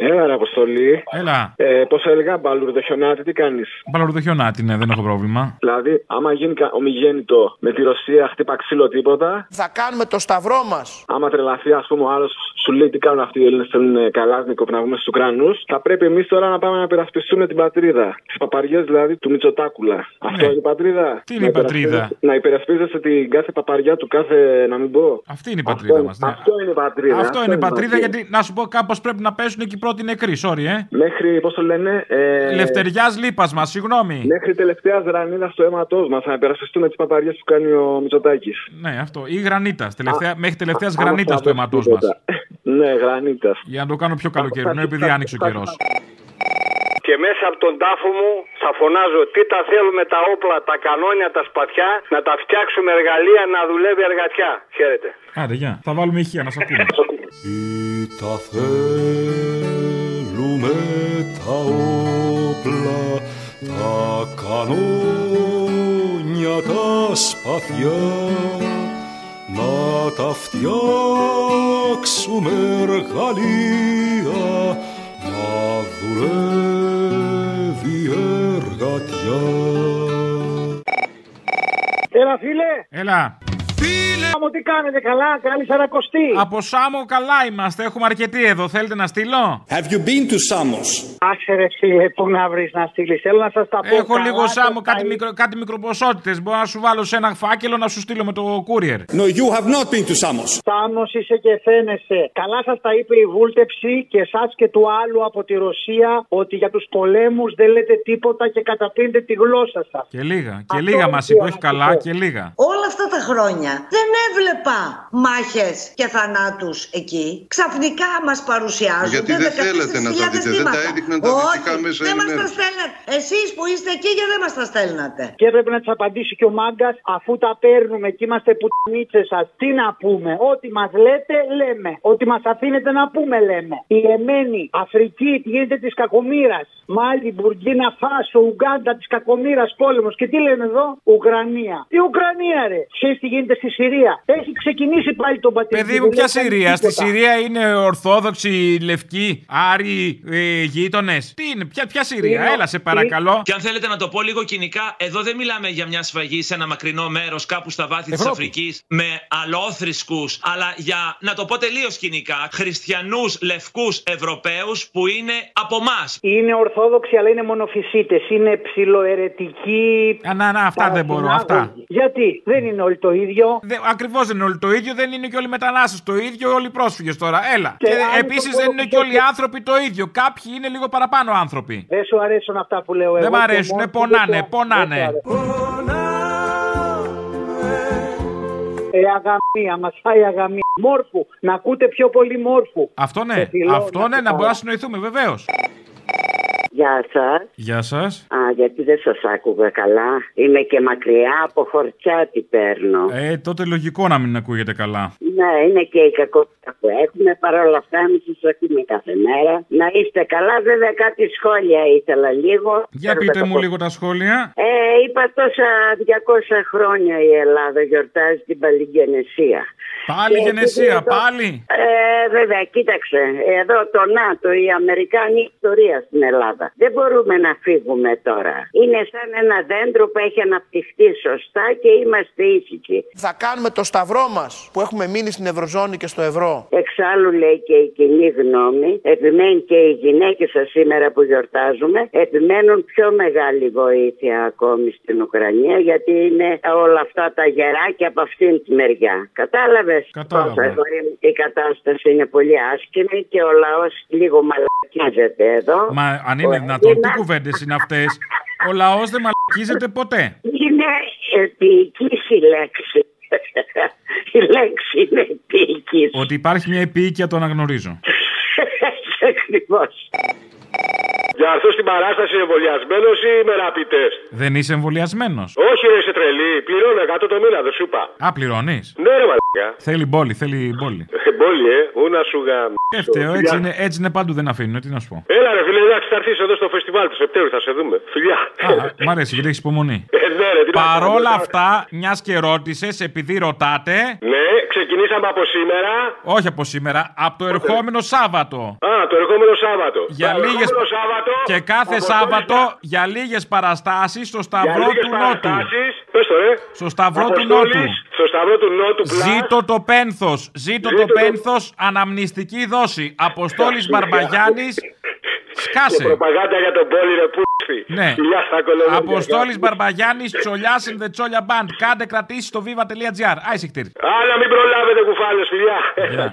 Speaker 15: Έλα, ρε, Αποστολή.
Speaker 2: Έλα.
Speaker 15: Ε, Πώς έλεγα, μπαλουρδοχιονάτη, τι κάνεις.
Speaker 2: Μπαλαρδοχιονάτη, ναι, δεν έχω πρόβλημα.
Speaker 15: Δηλαδή, άμα γίνει κα- ομιγέννητο με τη Ρωσία, χτύπα ξύλο τίποτα.
Speaker 17: Θα κάνουμε το σταυρό μας.
Speaker 15: Άμα τρελαθεί, ας πούμε, ο άλλος σου λέει τι κάνουν αυτοί οι Έλληνες, θέλουν ε, καλάζνικο να βγούμε στους Ουκρανούς. Θα πρέπει εμείς τώρα να πάμε να υπερασπιστούμε την πατρίδα. Τις παπαριές δηλαδή του Μητσοτάκουλα. Αυτό είναι η πατρίδα.
Speaker 2: Ναι. Τι είναι η
Speaker 15: Να
Speaker 2: πατρίδα?
Speaker 15: υπερασπίζεσαι- Να υπερασπίζεσαι την κάθε παπαριά του κάθε. να μην πω.
Speaker 2: Αυτή είναι η πατρίδα μα.
Speaker 15: Αυτό είναι η πατρίδα.
Speaker 2: Αυτό είναι η πατρίδα
Speaker 15: πατρίδα.
Speaker 2: γιατί να σου πω κάπως πρέπει να πέσουν εκεί πρώτοι νεκροί. Sorry, ε.
Speaker 15: Μέχρι, πώς το λένε. Ε...
Speaker 2: Λευτεριάς λίπα μα, συγγνώμη.
Speaker 15: Μέχρι τελευταία δρανίδα στο αίματός μας, να υπερασπιστούμε τις παπαριές που κάνει ο Μητσοτάκης.
Speaker 2: Ναι, αυτό. Ή γρανίτας. Τελευταία, μέχρι τελευταίας
Speaker 15: άμα
Speaker 2: γρανίτα
Speaker 15: θα
Speaker 2: του αίματό μα.
Speaker 15: τίποτα. Ναι, γρανίτας.
Speaker 2: Για να το κάνω πιο καλοκαιρινό, επειδή άνοιξε ο καιρός.
Speaker 21: Και μέσα από τον τάφο μου θα φωνάζω τι τα θέλουμε τα όπλα, τα κανόνια, τα σπαθιά, να τα φτιάξουμε εργαλεία, να δουλεύει εργατιά. Χαίρετε.
Speaker 2: Άντε, γεια. Θα βάλουμε ηχεία να σας ακούμε.
Speaker 5: Τι τα θέλουμε τα όπλα, τα κανόνια, τα σπαθιά, να τα φτιάξουμε εργαλεία, να δουλεύει εργατιά.
Speaker 22: Έλα, φίλε.
Speaker 2: Έλα.
Speaker 22: Φίλε. Μου τι κάνετε, καλά, καλή σαρακοστή.
Speaker 2: Από Σάμο καλά είμαστε. Έχουμε αρκετοί εδώ. Θέλετε να στείλω.
Speaker 22: Have you been to Samos? Άσε ρε φίλε, πού να βρεις να στείλεις. Θέλω να σας τα πω.
Speaker 2: Έχω
Speaker 22: καλά,
Speaker 2: λίγο Σάμο, κάτι,
Speaker 22: τα-
Speaker 2: μικρο, κάτι μικροποσότητες. Μπορώ να σου βάλω σε ένα φάκελο να σου στείλω με το courier.
Speaker 22: No, you have not been to Samos. Σάμος είσαι και φαίνεσαι. Καλά σας τα είπε η βούλτεψη και εσάς και του άλλου από τη Ρωσία ότι για τους πολέμους δεν λέτε τίποτα και καταπίνετε τη γλώσσα σας.
Speaker 2: Και λίγα. Και λίγα μα είπε. Όχι καλά και λίγα.
Speaker 23: Όλα αυτά τα χρόνια δεν έβλεπα μάχες και θανάτους εκεί. Ξαφνικά μας παρουσιάζουν
Speaker 24: Γιατί δεν θέλατε να τα δείτε, δεν τα έδειχναν τα δυτικά μέσα
Speaker 23: δεν μας τα
Speaker 24: ενημέρωση.
Speaker 23: στέλνατε. Εσείς που είστε εκεί και δεν μας τα στέλνατε.
Speaker 22: Και έπρεπε να τη απαντήσει και ο μάγκας, αφού τα παίρνουμε και είμαστε πουτανίτσες σας. Τι να πούμε, Ό,τι μας λέτε, λέμε. Ό,τι μας αφήνετε να πούμε, λέμε. Η Εμένη, Αφρική, τι γίνεται της κακομήρα. Μάλι, Μπουργκίνα, Φάσο, Ουγγάντα, της κακομήρα πόλεμος. Και τι λένε εδώ, Ουκρανία. Η Ουκρανία, ρε. Ξέρεις τι γίνεται στη Συρία. Έχει ξεκινήσει πάλι τον πατέρα.
Speaker 2: Παιδί μου, ποια Συρία. Στη Συρία είναι Ορθόδοξοι, Λευκοί, Άροι, ε, γείτονες. Τι είναι, ποια, ποια Συρία.
Speaker 25: Είναι-
Speaker 2: Έλα, σε παρακαλώ.
Speaker 25: Και αν θέλετε να το πω λίγο κοινικά, εδώ δεν μιλάμε για μια σφαγή σε ένα μακρινό μέρος κάπου στα βάθη της
Speaker 2: Ευρώπη.
Speaker 25: Αφρικής με αλόθρησκους, αλλά για, να το πω τελείως κοινικά, χριστιανούς λευκούς Ευρωπαίους που είναι από εμά.
Speaker 22: Είναι ορθόδοξοι, αλλά είναι μονοφυσίτες. Είναι ψιλοαιρετικοί.
Speaker 2: Να, να, αυτά δεν μπορώ. Αυτά.
Speaker 22: Γιατί δεν είναι όλοι το ίδιο.
Speaker 2: Ακριβώς δεν είναι όλοι το ίδιο, δεν είναι και όλοι μετανάστες το ίδιο, όλοι οι πρόσφυγες τώρα. Έλα.
Speaker 22: Και
Speaker 2: Και,
Speaker 22: αν
Speaker 2: επίση
Speaker 22: το
Speaker 2: δεν
Speaker 22: πω-
Speaker 2: είναι και όλοι οι άνθρωποι το ίδιο. Κάποιοι είναι λίγο παραπάνω άνθρωποι.
Speaker 22: Δεν σου αρέσουν αυτά που λέω εγώ.
Speaker 2: Δεν μ'
Speaker 22: και
Speaker 2: αρέσουνε,
Speaker 22: μόνο-
Speaker 2: πονάνε,
Speaker 22: δεν σου
Speaker 2: πονάνε.
Speaker 22: Ε, αγαμία, μας φάει αγαμία. Μόρφου, να ακούτε πιο πολύ μόρφου.
Speaker 2: Αυτό
Speaker 22: Σε
Speaker 2: ναι,
Speaker 22: φιλώ,
Speaker 2: αυτό ναι,
Speaker 22: σε
Speaker 2: να
Speaker 22: πάω.
Speaker 2: μπορούμε να συνοηθούμε, βεβαίως.
Speaker 26: Γεια σας.
Speaker 2: Γεια σας.
Speaker 26: Α, γιατί δεν σας άκουγα καλά. Είμαι και μακριά από χορτιά τι παίρνω.
Speaker 2: Ε, τότε λογικό να μην ακούγεται καλά.
Speaker 26: Ναι, είναι και η κακότητα που έχουμε. Παρ' όλα αυτά, εμείς σας ακούμε κάθε μέρα. Να είστε καλά, βέβαια κάτι σχόλια ήθελα λίγο.
Speaker 2: Για πείτε μου λίγο τα σχόλια.
Speaker 26: Ε, είπα τόσα 200 χρόνια η Ελλάδα γιορτάζει την παλιγενεσία.
Speaker 2: Πάλι
Speaker 26: Ε,
Speaker 2: γενεσία,
Speaker 26: επειδή εδώ-
Speaker 2: πάλι.
Speaker 26: Ε, βέβαια, κοίταξε. Εδώ το ΝΑΤΟ, η Αμερικάνη ιστορία στην Ελλάδα. Δεν μπορούμε να φύγουμε τώρα. Είναι σαν ένα δέντρο που έχει αναπτυχθεί σωστά και είμαστε ήσυχοι.
Speaker 17: Θα κάνουμε το σταυρό μας που έχουμε μείνει στην Ευρωζώνη και στο ευρώ.
Speaker 26: Εξάλλου λέει και η κοινή γνώμη, επιμένει και οι γυναίκες σας σήμερα που γιορτάζουμε, επιμένουν πιο μεγάλη βοήθεια ακόμη στην Ουκρανία γιατί είναι όλα αυτά τα γεράκια από αυτήν τη μεριά. Κατάλαβες
Speaker 2: Κατάλαβα.
Speaker 26: πόσο αγόρι, η κατάσταση είναι πολύ άσχημη και ο λαός λίγο μαλακίζεται εδώ.
Speaker 2: Μα αν είναι δυνατόν, τι κουβέντες είναι αυτές. Ο λαός δεν μαλακίζεται ποτέ.
Speaker 26: Είναι επίοικηση η λέξη. [LAUGHS] η λέξη είναι επίοικηση.
Speaker 2: Ότι υπάρχει μια επίοικια το αναγνωρίζω.
Speaker 26: [LAUGHS] Ακριβώς.
Speaker 6: Για αυτό στην παράσταση εμβολιασμένος ή με ραπητέ.
Speaker 2: Δεν είσαι εμβολιασμένος.
Speaker 6: Όχι, ρε, είσαι τρελή. Πληρώνω 100 το μήνα, δεν σου είπα.
Speaker 2: Α, πληρώνεις.
Speaker 6: Ναι, ρε, μαλακιά.
Speaker 2: Θέλει μπόλι, θέλει μπόλι.
Speaker 6: Μπόλι, ε. Ούνα σου γαμ.
Speaker 2: Φταίω, έτσι είναι, έτσι είναι παντού, δεν αφήνουν, τι να σου πω.
Speaker 6: Έλα, ρε, φίλε, εντάξει, θα έρθεις εδώ στο φεστιβάλ του Σεπτέμβρη, θα σε δούμε. Φιλιά.
Speaker 2: Α,
Speaker 27: [LAUGHS]
Speaker 2: μ' αρέσει, γιατί έχεις υπομονή.
Speaker 6: Ε, ναι, ρε, τι να κάνω,
Speaker 2: Παρόλα
Speaker 6: τώρα.
Speaker 2: αυτά, μιας και ρώτησες, επειδή ρωτάτε.
Speaker 6: Ναι,
Speaker 27: Ε, ξεκινήσαμε από σήμερα.
Speaker 2: Όχι από σήμερα, από το ερχόμενο Σάββατο.
Speaker 27: Α, το ερχόμενο Σάββατο.
Speaker 2: Για
Speaker 27: το
Speaker 2: λίγες...
Speaker 27: ερχόμενο Σάββατο.
Speaker 2: Και κάθε Σάββατο για λίγες παραστάσεις στο Σταυρό
Speaker 27: λίγες
Speaker 2: του Νότου.
Speaker 27: παραστάσεις. Πες το, ρε.
Speaker 2: Στο Σταυρό του
Speaker 27: Αποστόλης,
Speaker 2: Νότου.
Speaker 27: Στο Σταυρό του Νότου, πλάς.
Speaker 2: Ζήτω το πένθος, ζήτω
Speaker 27: Ζήτω
Speaker 2: το
Speaker 27: το-
Speaker 2: πένθος, αναμνηστική δόση. Αποστόλης Μπαρμπαγιάννης,
Speaker 27: Και
Speaker 2: σκάσε.
Speaker 27: προπαγάνδα για τον πόλη, ρε πούστη.
Speaker 2: Ναι.
Speaker 27: Γεια στα κολονίδια.
Speaker 2: Αποστόλης Μπαρμπαγιάννης, Τσολιάς in the Τσόλια Band. Κάντε κρατήσει στο viva.gr. Άισιχτήρ.
Speaker 27: Άλλα μην προλάβετε κουφάλες, φιλιά. [LAUGHS]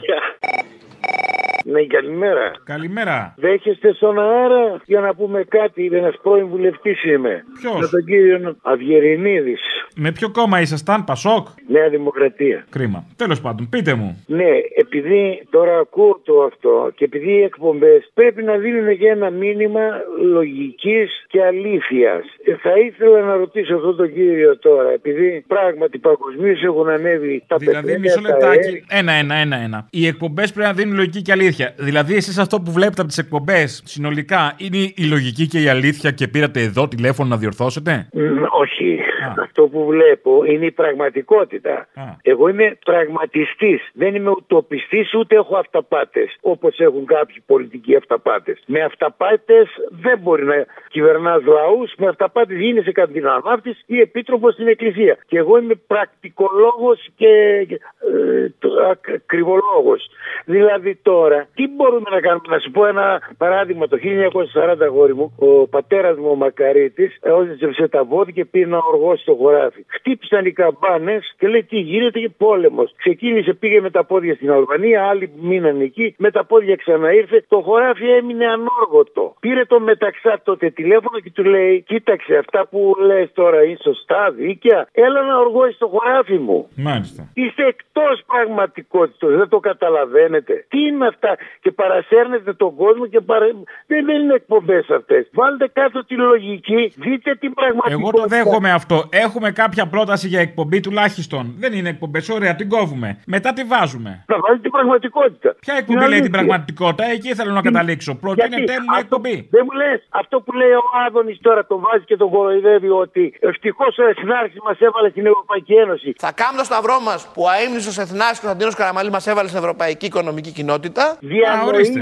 Speaker 28: Ναι, καλημέρα.
Speaker 2: Καλημέρα.
Speaker 28: Δέχεστε στον αέρα για να πούμε κάτι. Ένα πρώην βουλευτής είμαι.
Speaker 2: Ποιος?
Speaker 28: Με τον κύριο Αυγερινίδης.
Speaker 2: Με ποιο κόμμα ήσασταν, Πασόκ.
Speaker 28: Νέα Δημοκρατία.
Speaker 2: Κρίμα. Τέλος πάντων, πείτε μου.
Speaker 28: Ναι, επειδή τώρα ακούω το αυτό και επειδή οι εκπομπές πρέπει να δίνουν και ένα μήνυμα λογικής και αλήθειας. Θα ήθελα να ρωτήσω αυτόν τον κύριο τώρα, επειδή πράγματι παγκοσμίως έχουν ανέβει τα
Speaker 2: Δηλαδή,
Speaker 28: πετρέλαια,
Speaker 2: μισό
Speaker 28: τα αέρια.
Speaker 2: λεπτάκι. Ένα, ένα, ένα, ένα. Οι εκπομπές πρέπει να δίνουν λογική και αλήθεια. Δηλαδή, εσείς αυτό που βλέπετε από τις εκπομπές συνολικά είναι η λογική και η αλήθεια και πήρατε εδώ τηλέφωνο να διορθώσετε.
Speaker 28: Μ, Όχι. Αυτό που βλέπω είναι η πραγματικότητα. Εγώ είμαι πραγματιστής. Δεν είμαι ουτοπιστής ούτε έχω αυταπάτες. Όπως έχουν κάποιοι πολιτικοί αυταπάτες. Με αυταπάτες δεν μπορεί να κυβερνάς λαούς. Με αυταπάτες γίνεσαι καντιναμάπτη ή επίτροπος στην εκκλησία. Και εγώ είμαι πρακτικολόγος και ε, το- ακ- ακριβολόγος. Δηλαδή τώρα, τι μπορούμε να κάνουμε, να σου πω ένα παράδειγμα. Το 1940, γόρι μου, ο πατέρας μου ο Μακαρίτης έζησε τα βόδια και πήρε ένα οργό στο χωράφι. Χτύπησαν οι καμπάνες και λέει τι γίνεται και πόλεμος. Ξεκίνησε, πήγε με τα πόδια στην Αλβανία, άλλοι μείναν εκεί, με τα πόδια ξαναήρθε. Το χωράφι έμεινε ανόργοτο. Πήρε το μεταξά τότε τηλέφωνο και του λέει: Κοίταξε, αυτά που λες τώρα είναι σωστά, δίκαια. Έλα να οργώσεις το χωράφι μου.
Speaker 2: Μάλιστα.
Speaker 28: Είστε εκτός πραγματικότητας, δεν το καταλαβαίνετε. Τι είναι αυτά, και παρασέρνετε τον κόσμο και παρα... δεν, δεν είναι εκπομπές αυτές. Βάλτε κάτω τη λογική, δείτε την πραγματικότητα.
Speaker 2: Εγώ το δέχομαι αυτό. Έχουμε κάποια πρόταση για εκπομπή τουλάχιστον. Δεν είναι εκπομπές, ωραία, την κόβουμε. Μετά τη βάζουμε.
Speaker 28: Να βάλει την πραγματικότητα.
Speaker 2: Ποια εκπομπή λέει την πραγματικότητα, εκεί θέλω να καταλήξω. Προτείνετε μου μια εκπομπή.
Speaker 28: Δεν μου λες, αυτό που λέει ο Άδωνης τώρα τον βάζει και τον κοροϊδεύει ότι ευτυχώς ο Εθνάρχης μας έβαλε στην Ευρωπαϊκή Ένωση.
Speaker 17: Θα κάνουμε το σταυρό μας που ο αίμνησο Εθνά Κωνσταντίνος Καραμαλή μας έβαλε στην Ευρωπαϊκή Οικονομική Κοινότητα.
Speaker 2: Α, ορίστε.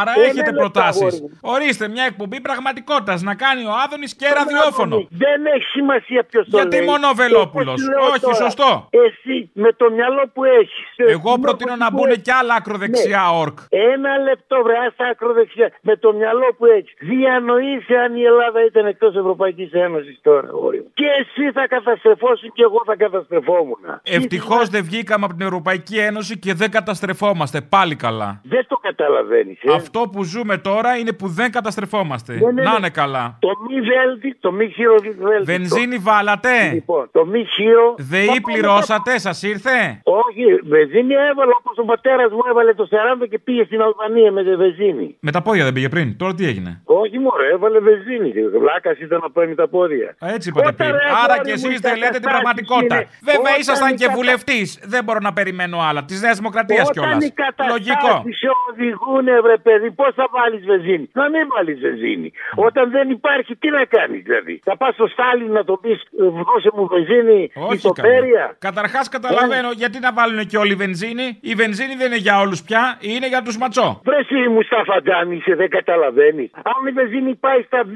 Speaker 2: Άρα έχετε προτάσει. Ορίστε, μια εκπομπή πραγματικότητας να κάνει ο Άδωνης και ραδιόφωνο.
Speaker 28: Δεν έχει σημασία ποιος το
Speaker 2: Γιατί
Speaker 28: λέει.
Speaker 2: μόνο ο Βελόπουλος.
Speaker 28: Και όπως λέω
Speaker 2: Όχι,
Speaker 28: τώρα,
Speaker 2: σωστό.
Speaker 28: Εσύ με το μυαλό που ε, έχει.
Speaker 2: Εγώ προτείνω να μπουν και άλλα
Speaker 28: Ναι.
Speaker 2: ακροδεξιά ορκ.
Speaker 28: Ένα λεπτό, βρε, άστα ακροδεξιά. Με το μυαλό που έχεις. Διανοείσαι αν η Ελλάδα ήταν εκτός Ευρωπαϊκής Ένωσης τώρα, γόρι μου. Και εσύ θα καταστρεφώσουν και εγώ θα καταστρεφόμουν.
Speaker 2: Ευτυχώς δεν βγήκαμε από την Ευρωπαϊκή Ένωση και δεν καταστρεφόμαστε. Πάλι καλά.
Speaker 28: Δεν ε. το καταλαβαίνεις.
Speaker 2: Αυτό που ζούμε τώρα είναι που δεν καταστρεφόμαστε.
Speaker 28: Ναι, ναι,
Speaker 2: Να
Speaker 28: ναι.
Speaker 2: είναι καλά.
Speaker 28: Το μη βέλτι, το μη χειροβέλτι.
Speaker 2: Βενζίνη ναι. βάλατε.
Speaker 28: Λοιπόν, το μη χείρο.
Speaker 2: ΔΕΗ πληρώσατε, σας ήρθε.
Speaker 28: Όχι, βενζίνη έβαλα όπως ο πατέρας μου έβαλε το 40 και πήγε στην Αλβανία με τη βενζίνη.
Speaker 2: Με τα πόδια δεν πήγε πριν. Τώρα τι έγινε.
Speaker 28: Όχι μωρέ, έβαλε βενζίνη. Βλάκας ήταν να παίρνει τα πόδια.
Speaker 2: Α, Έτσι είπατε πριν. Άρα και εσεί δεν λέτε την πραγματικότητα. Βέβαια ήσασταν και βουλευτής. Δεν μπορώ να περιμένω άλλα. Της Νέας Δημοκρατίας κιόλα.
Speaker 28: Όταν οι
Speaker 2: Λογικό.
Speaker 28: καταστάσεις σε οδηγούν, βρε παιδί, πώς θα βάλεις βενζίνη. Να μην βάλεις βενζίνη. Όταν δεν υπάρχει, τι να κάνεις δηλαδή. Θα πας στο Στάλιν να το πεις, ε, δώσε μου βενζίνη,
Speaker 2: Όχι
Speaker 28: ιστοπέρια.
Speaker 2: Καταρχάς καταλαβαίνω γιατί να βάλουν και όλοι βενζίνη. Η βενζίνη δεν είναι για όλους πια, είναι για τους ματσό.
Speaker 28: Βρε εσύ Μουστάφα Ντάνη, είσαι, δεν καταλαβαίνεις. Αν η βενζίνη πάει στα 2.000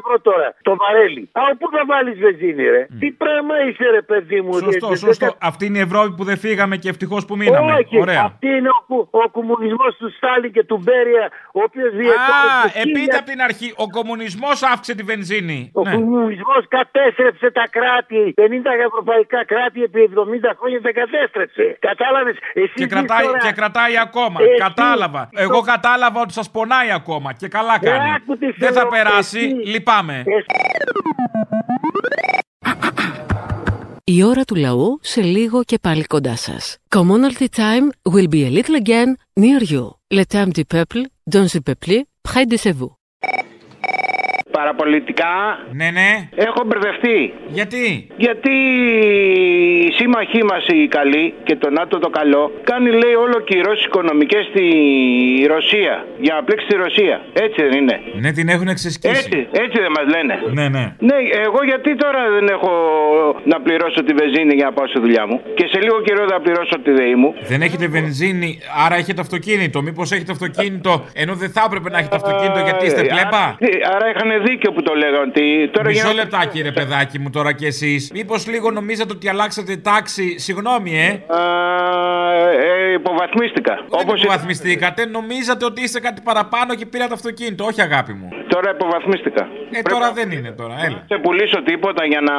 Speaker 28: ευρώ τώρα, το βαρέλι. Α, πού θα βάλεις βενζίνη, ρε. Τι πράγμα είσαι, ρε παιδί μου.
Speaker 2: Σωστό,
Speaker 28: δε-
Speaker 2: σωστό.
Speaker 28: δεν κα-
Speaker 2: Αυτή είναι η Ευρώπη που δεν φύγαμε και ευτυχώς που μείναμε.
Speaker 28: Όχι,
Speaker 2: Ωραία.
Speaker 28: αυτή είναι ο, κου- ο κομμουνισμός του Στάλιν και του Μπέρια, ο οποίος
Speaker 2: Α,
Speaker 28: διεκόπηκε.
Speaker 2: επείτε
Speaker 28: χίλια-
Speaker 2: από την αρχή, ο κομμουνισμός αύξησε τη βενζίνη. Ναι.
Speaker 28: Ο κομμουνισμός κατέστρεψε τα κράτη. 50 ευρωπαϊκά κράτη επί 70 χρόνια τα κατέστρεψε. Κατάλαβες. Εσύ
Speaker 2: Και
Speaker 28: ζεις
Speaker 2: κρατάει,
Speaker 28: τώρα-
Speaker 2: και κρατάει ακόμα.
Speaker 28: Εσύ-
Speaker 2: Κατάλαβα. Εγώ κατάλαβα ότι σας πονάει ακόμα. Και καλά
Speaker 28: Ε,
Speaker 2: κάνει.
Speaker 28: άκου τι
Speaker 2: Δεν θα
Speaker 28: θέλω,
Speaker 2: περάσει.
Speaker 28: εσύ-
Speaker 2: Λυπάμαι.
Speaker 29: Η ώρα του λαού σε λίγο και πάλι κοντά σας. Commonalty time will be a little again near you. Le temps du peuple, dans le peuple, près de chez vous.
Speaker 30: Παραπολιτικά.
Speaker 2: Ναι, ναι.
Speaker 30: Έχω μπερδευτεί.
Speaker 2: Γιατί?
Speaker 30: Γιατί σύμμαχοί μας οι καλοί και το ΝΑΤΟ το καλό, κάνει λέει όλο και οι Ρώσοι οικονομικές στη Ρωσία. Για να πλέξει τη Ρωσία. Έτσι δεν είναι.
Speaker 2: Ναι, την έχουν ξεσκίσει.
Speaker 30: Έτσι, έτσι δεν μας λένε.
Speaker 2: Ναι, ναι.
Speaker 30: Ναι, εγώ γιατί τώρα δεν έχω να πληρώσω τη βενζίνη για να πάω στη δουλειά μου. Και σε λίγο καιρό θα πληρώσω τη ΔΕΗ μου.
Speaker 2: Δεν έχετε βενζίνη, άρα έχετε αυτοκίνητο. Μήπως έχετε αυτοκίνητο, ενώ δεν θα έπρεπε να έχετε αυτοκίνητο γιατί είστε
Speaker 30: Ε,
Speaker 2: πλέπα.
Speaker 30: άρα- Άρα είχαν δίκιο που το λέγανε. Ότι τώρα για
Speaker 2: Μισό
Speaker 30: να-
Speaker 2: λεπτάκι, ρε παιδάκι μου, τώρα κι εσείς. Μήπως λίγο νομίζατε ότι αλλάξατε τάξη. Συγγνώμη, ε.
Speaker 30: ε υποβαθμίστηκα.
Speaker 2: Όπω υποβαθμιστήκατε, νομίζατε ότι είστε κάτι παραπάνω και πήρατε αυτοκίνητο. Όχι, αγάπη μου.
Speaker 30: Τώρα υποβαθμίστηκα.
Speaker 2: Ε, τώρα δεν είναι τώρα, έλα.
Speaker 30: ξεπουλήσω τίποτα για να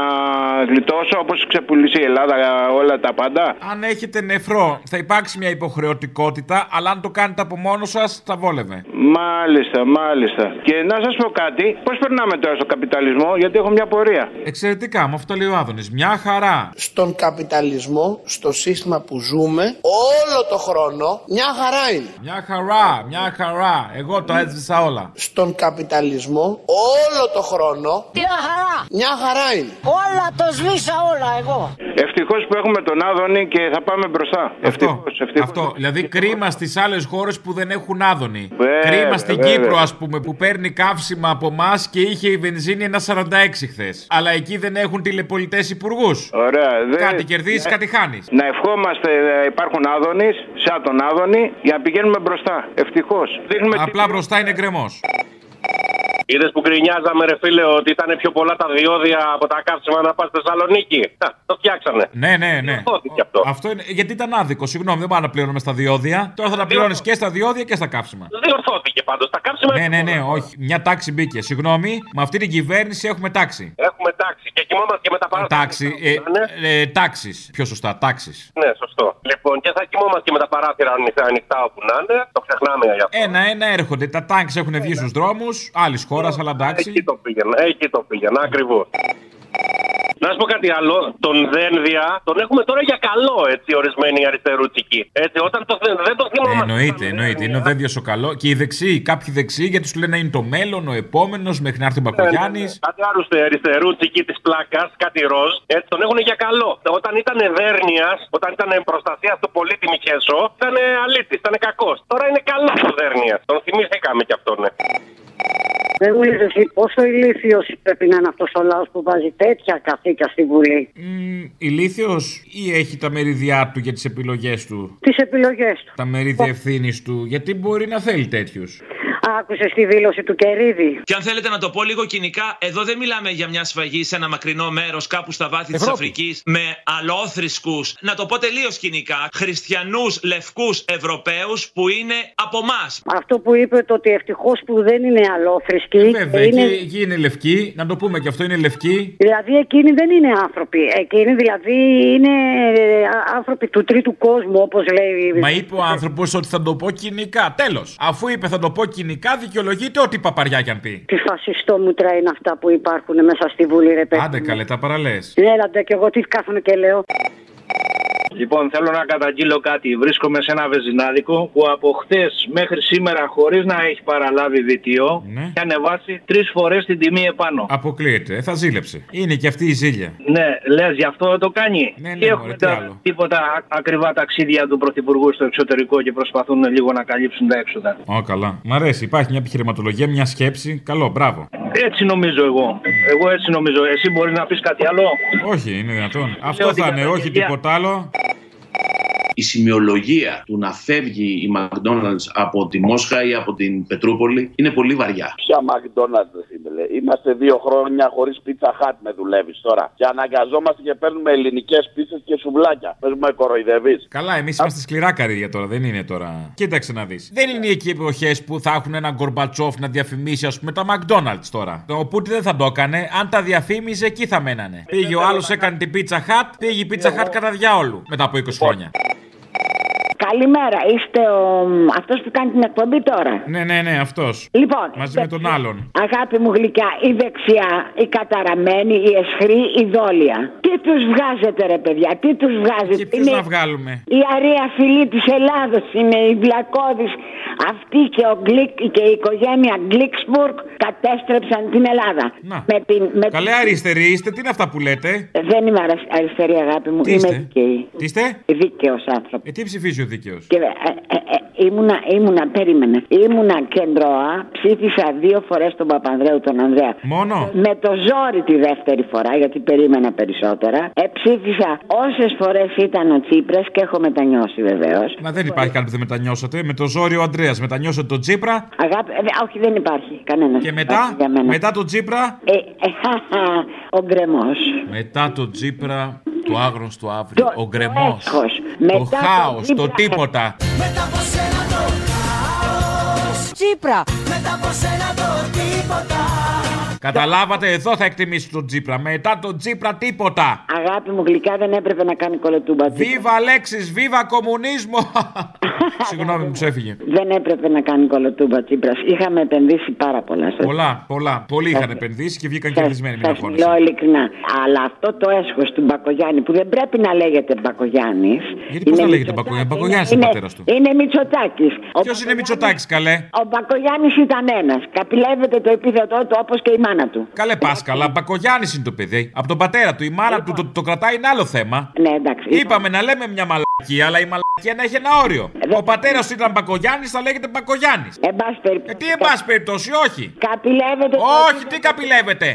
Speaker 30: γλιτώσω όπως ξεπουλήσει η Ελλάδα όλα τα πάντα.
Speaker 2: Αν έχετε νεφρό, θα υπάρξει μια υποχρεωτικότητα, αλλά αν το κάνετε από μόνος σας, θα βόλευε.
Speaker 30: Μάλιστα, μάλιστα. Και να σας πω κάτι, πώς περνάμε τώρα στο καπιταλισμό, γιατί έχω μια πορεία.
Speaker 2: Εξαιρετικά, με αυτό λέει ο Άδωνης. Μια χαρά.
Speaker 17: Στον καπιταλισμό, στο σύστημα που ζούμε, όλο το χρόνο, μια χαρά είναι.
Speaker 2: Μια χαρά, μια χαρά. Εγώ το έσβησα όλα.
Speaker 17: Στον καπιταλισμό, όλο το χρόνο,
Speaker 5: Μια χαρά!
Speaker 17: μια χαρά είναι.
Speaker 5: Όλα το σβήσα όλα εγώ!
Speaker 30: Ευτυχώς που έχουμε τον Άδωνη και θα πάμε μπροστά. Ευτυχώς, ευτυχώς.
Speaker 2: Αυτό. Δηλαδή, κρίμα στις άλλες χώρες που δεν έχουν άδωνη.
Speaker 30: Βέβαια,
Speaker 2: κρίμα στην
Speaker 30: βέβαια.
Speaker 2: Κύπρο, ας πούμε, που παίρνει καύσιμα από εμάς και είχε η βενζίνη ένα 46 χθες. Αλλά εκεί δεν έχουν τηλεπολιτές υπουργούς.
Speaker 30: Ωραία, Ναι. δεν-
Speaker 2: Κάτι κερδίζεις, κάτι χάνεις.
Speaker 30: Να ευχόμαστε ε, υπάρχουν Άδωνης, σαν τον Άδωνη, για να πηγαίνουμε μπροστά. Ευτυχώς. Δείχνουμε τι-
Speaker 2: Απλά μπροστά είναι γκρεμός.
Speaker 27: Είδες που γκρινιάζαμε, ρε φίλε, ότι ήταν πιο πολλά τα διόδια από τα καύσιμα να πας στη Θεσσαλονίκη. Να, το φτιάξανε.
Speaker 2: Ναι, ναι, ναι.
Speaker 27: Σώθηκε αυτό.
Speaker 2: Αυτό είναι, γιατί ήταν άδικο. Συγγνώμη, δεν πάμε να πληρώνουμε στα διόδια. Τώρα θα τα πληρώνεις και στα διόδια και στα καύσιμα.
Speaker 27: Διορθώθηκε πάντως. Τα καύσιμα
Speaker 2: Ναι, ναι, ναι, όχι. Μια τάξη μπήκε. Συγγνώμη, με αυτή την κυβέρνηση έχουμε τάξη.
Speaker 27: έχουμε τάξη και κοιμόμαστε και με τα παράθυρα.
Speaker 2: Τάξη. Ε, ε, τάξεις. Πιο σωστά, τάξεις.
Speaker 27: Ναι, σωστό. Λοιπόν, και θα κοιμόμαστε και με τα παράθυρα ανοιχτά, ανοιχτά όπου να είναι. Το ξεχνάμε για αυτό.
Speaker 2: Ένα-ένα έρχονται. Τα τάγκ έχουν βγει στους δρόμους. Άλλη χώρα, αλλά εντάξει.
Speaker 27: Εκεί το πήγαινα, εκεί το πήγαινα, ακριβώς. Να σου πω κάτι άλλο. Τον Δένδια τον έχουμε τώρα για καλό, έτσι, ορισμένοι αριστερούτσικοι. Έτσι, όταν το, θε- δεν το θυμόμαστε.
Speaker 2: Εννοείται, εννοείται. Είναι ο δένδιος ο καλό. Και οι δεξιοί, κάποιοι δεξιοί, γιατί του λένε είναι το μέλλον, ο επόμενος, μέχρι να έρθει ο
Speaker 27: Ναι,
Speaker 2: Μπακογιάννης.
Speaker 27: Κάτι άλλου αριστερούτσικοι της πλάκας, κάτι ροζ, έτσι, τον έχουν για καλό. Όταν ήταν δέρνεια, όταν ήταν προστασίας του πολίτη Μιχέσο, ήταν αλήτη, ήταν κακός. Τώρα είναι καλός ο Δέρνια. Τον θυμηθήκαμε κι αυτόν. Ναι.
Speaker 31: Δεν μου λες εσύ πόσο ηλίθιος πρέπει να είναι αυτός ο λαός που βάζει τέτοια καθήκια στη Βουλή.
Speaker 2: Ηλίθιος ή έχει τα μερίδια του για τις επιλογές του.
Speaker 31: Τις επιλογές του.
Speaker 2: Τα μερίδια ευθύνης του. Γιατί μπορεί να θέλει τέτοιους.
Speaker 31: Άκουσες τη δήλωση του Κερίδη.
Speaker 25: Και αν θέλετε να το πω λίγο κοινικά, εδώ δεν μιλάμε για μια σφαγή σε ένα μακρινό μέρος κάπου στα βάθη της
Speaker 31: Ευρώπη.
Speaker 25: Αφρικής με αλόθρησκους. Να το πω τελείως κοινικά. Χριστιανούς, λευκούς, Ευρωπαίους που είναι από εμάς.
Speaker 31: Αυτό που είπε το ότι ευτυχώς που δεν είναι αλόθρησκοι.
Speaker 2: Ε, Βέβαια,
Speaker 31: Ε, είναι...
Speaker 2: εκεί, εκεί είναι λευκή. Να το πούμε και αυτό είναι λευκή.
Speaker 31: Δηλαδή εκείνοι δεν είναι άνθρωποι. Εκείνοι δηλαδή είναι ε, α- άνθρωποι του τρίτου κόσμου όπως λέει.
Speaker 2: Μα είπε ο άνθρωπος ότι θα το πω κοινικά. Τέλος. Αφού είπε θα το πω κοινικά, δικαιολογείται ό,τι παπαριά κι αν πει.
Speaker 31: Τι φασιστό μου είναι αυτά που υπάρχουν μέσα στη Βουλή ρε παιδί.
Speaker 2: Άντε καλέ, τα παραλές.
Speaker 31: Έλατε και εγώ τι κάθομαι και λέω.
Speaker 32: Λοιπόν, θέλω να καταγγείλω κάτι. Βρίσκομαι σε ένα βεζινάδικο που από χτε μέχρι σήμερα, χωρίς να έχει παραλάβει διτίο,
Speaker 2: Ναι.
Speaker 32: έχει ανεβάσει τρεις φορές την τιμή επάνω.
Speaker 2: Αποκλείεται, ε, θα ζήλεψε. Είναι και αυτή η ζήλια.
Speaker 32: Ναι, λες, γι' αυτό το κάνει. Ναι,
Speaker 2: ναι,
Speaker 32: και έχουμε
Speaker 2: μωρέ, τι
Speaker 32: τα-
Speaker 2: άλλο.
Speaker 32: τίποτα α- ακριβά ταξίδια του Πρωθυπουργού στο εξωτερικό και προσπαθούν λίγο να καλύψουν τα έξοδα.
Speaker 2: Ω, καλά. Μ' αρέσει, υπάρχει μια επιχειρηματολογία, μια σκέψη. Καλό, μπράβο.
Speaker 32: Έτσι νομίζω εγώ. Εγώ έτσι νομίζω. Εσύ μπορείς να πεις κάτι άλλο.
Speaker 2: Όχι, είναι δυνατόν. Αυτό
Speaker 32: ότι
Speaker 2: θα είναι, όχι
Speaker 32: καταγγελία-
Speaker 2: τίποτα άλλο.
Speaker 10: η σημειολογία του να φεύγει η McDonald's από τη Μόσχα ή από την Πετρούπολη είναι πολύ βαριά.
Speaker 6: Ποια McDonald's, ρε φίλε. Είμαστε δύο χρόνια χωρίς πίτσα χάτ με δουλεύεις τώρα. Και αναγκαζόμαστε και παίρνουμε ελληνικές πίτσες και σουβλάκια. Πες με κοροϊδεύεις.
Speaker 2: Καλά, εμείς είμαστε σκληρά καρύδια τώρα, δεν είναι τώρα. Κοίταξε να δεις. Δεν είναι εκεί οι εποχέ που θα έχουν έναν Γκορμπατσόφ να διαφημίσει, ας πούμε, τα McDonald's τώρα. Ο Πούτι δεν θα το έκανε. Αν τα διαφήμιζε, εκεί θα
Speaker 23: Ε,
Speaker 2: μένανε.
Speaker 23: Λοιπόν.
Speaker 2: Πήγε ο άλλο, έκανε την Pizza Hut, πήγε η Pizza Hut κατά διάολου μετά από 20 χρόνια.
Speaker 23: Καλημέρα, είστε ο... αυτός που κάνει την εκπομπή τώρα.
Speaker 2: Ναι, ναι, ναι, αυτός.
Speaker 23: Λοιπόν,
Speaker 2: Μαζί με τον άλλον.
Speaker 23: Αγάπη μου γλυκιά, η δεξιά, η καταραμένη, η εσχρή, η δόλια. Τι τους βγάζετε, ρε παιδιά, τι τους βγάζετε.
Speaker 2: Ποιους
Speaker 23: Είναι
Speaker 2: να βγάλουμε.
Speaker 23: η αρέα φυλή της Ελλάδος είναι η Βλακώδης. Αυτή και, ο Γκλικ, και η οικογένεια Γκλίξμπουργκ κατέστρεψαν την Ελλάδα. Με την, με
Speaker 2: Καλέ αριστεροί είστε, τι είναι αυτά που λέτε.
Speaker 23: Ε, Δεν είμαι αρασ- αριστερή, αγάπη μου.
Speaker 2: Τι
Speaker 23: είμαι
Speaker 2: είστε?
Speaker 23: δίκαιη.
Speaker 2: Τι είστε?
Speaker 23: Δίκαιος άνθρωπος.
Speaker 2: Ε, τι ψηφίζει ο δίκαιος.
Speaker 23: Και, ε, ε, ε, ήμουνα, ήμουνα, περίμενε. Ήμουνα κεντρώα, ψήφισα δύο φορές τον Παπανδρέου τον Ανδρέα.
Speaker 2: Μόνο.
Speaker 23: Με το ζόρι τη δεύτερη φορά, γιατί περίμενα περισσότερα. Ε, ψήφισα όσες φορές ήταν ο Τσίπρας και έχω μετανιώσει βεβαίως.
Speaker 2: Μα δεν υπάρχει κάτι που δεν μετανιώσατε. Με το ζόρι ο Αντρέα μετανιώσατε τον Τσίπρα.
Speaker 23: Αγάπη, ε, δε- όχι, δεν υπάρχει κανένας.
Speaker 2: Και μετά, μετά τον Τσίπρα.
Speaker 23: Ε, ε, χαχα, ο γκρεμός.
Speaker 2: Μετά τον Τσίπρα, το άγνωστο αύριο. ο γκρεμός.
Speaker 23: Μετά
Speaker 2: Το
Speaker 23: τον
Speaker 2: χάο,
Speaker 23: Τσίπρα.
Speaker 2: το τίποτα.
Speaker 33: Μετά από σένα το χάος Τσίπρα Μετά από σένα το τίποτα
Speaker 2: Καταλάβατε, εδώ θα εκτιμήσει τον Τσίπρα. Μετά τον Τσίπρα, τίποτα.
Speaker 23: Αγάπη μου, γλυκά δεν έπρεπε να κάνει κολετούμπα.
Speaker 2: Βίβα λέξει, βίβα
Speaker 23: [LAUGHS]
Speaker 2: κομμουνισμό. Συγγνώμη, μου ξέφυγε.
Speaker 23: Δεν έπρεπε να κάνει κολοτούμπα Τσίπρα. Είχαμε επενδύσει πάρα πολλά. Σας,
Speaker 2: Πολλά, πολλά. Πολλοί είχαν επενδύσει και βγήκαν κερδισμένοι με την
Speaker 23: σας
Speaker 2: αγχώνηση.
Speaker 23: μιλώ ειλικρινά. Αλλά αυτό το έσχος του Μπακογιάννη που δεν πρέπει να λέγεται Μπακογιάννης.
Speaker 2: Γιατί πώς θα λέγεται Μπακογιάννη, Μπακογιάννης είναι ο πατέρας του.
Speaker 23: Είναι Μητσοτάκης.
Speaker 2: Ποιος είναι Μητσοτάκης, καλέ.
Speaker 23: Ο Μπακογιάννης ήταν ένας. Καπηλεύεται το επίθετό του όπως και η μάνα του.
Speaker 2: Καλέ Πάσκαλα, Μπακογιάννης είναι το παιδί. Από τον πατέρα του, η μάνα του το, το κρατάει είναι άλλο θέμα.
Speaker 23: Ναι, εντάξει.
Speaker 2: Είπαμε να λέμε μια μαλακία, αλλά η μαλακία να έχει ένα όριο. Ο πατέρας του ήταν Μπακογιάννης, θα λέγεται Μπακογιάννης.
Speaker 23: Ε, Εν πάση περιπτώσει.
Speaker 2: τι εν πάση περιπτώσει, όχι.
Speaker 23: Καπηλεύεται. Ε,
Speaker 2: Όχι, τι καπηλεύεται.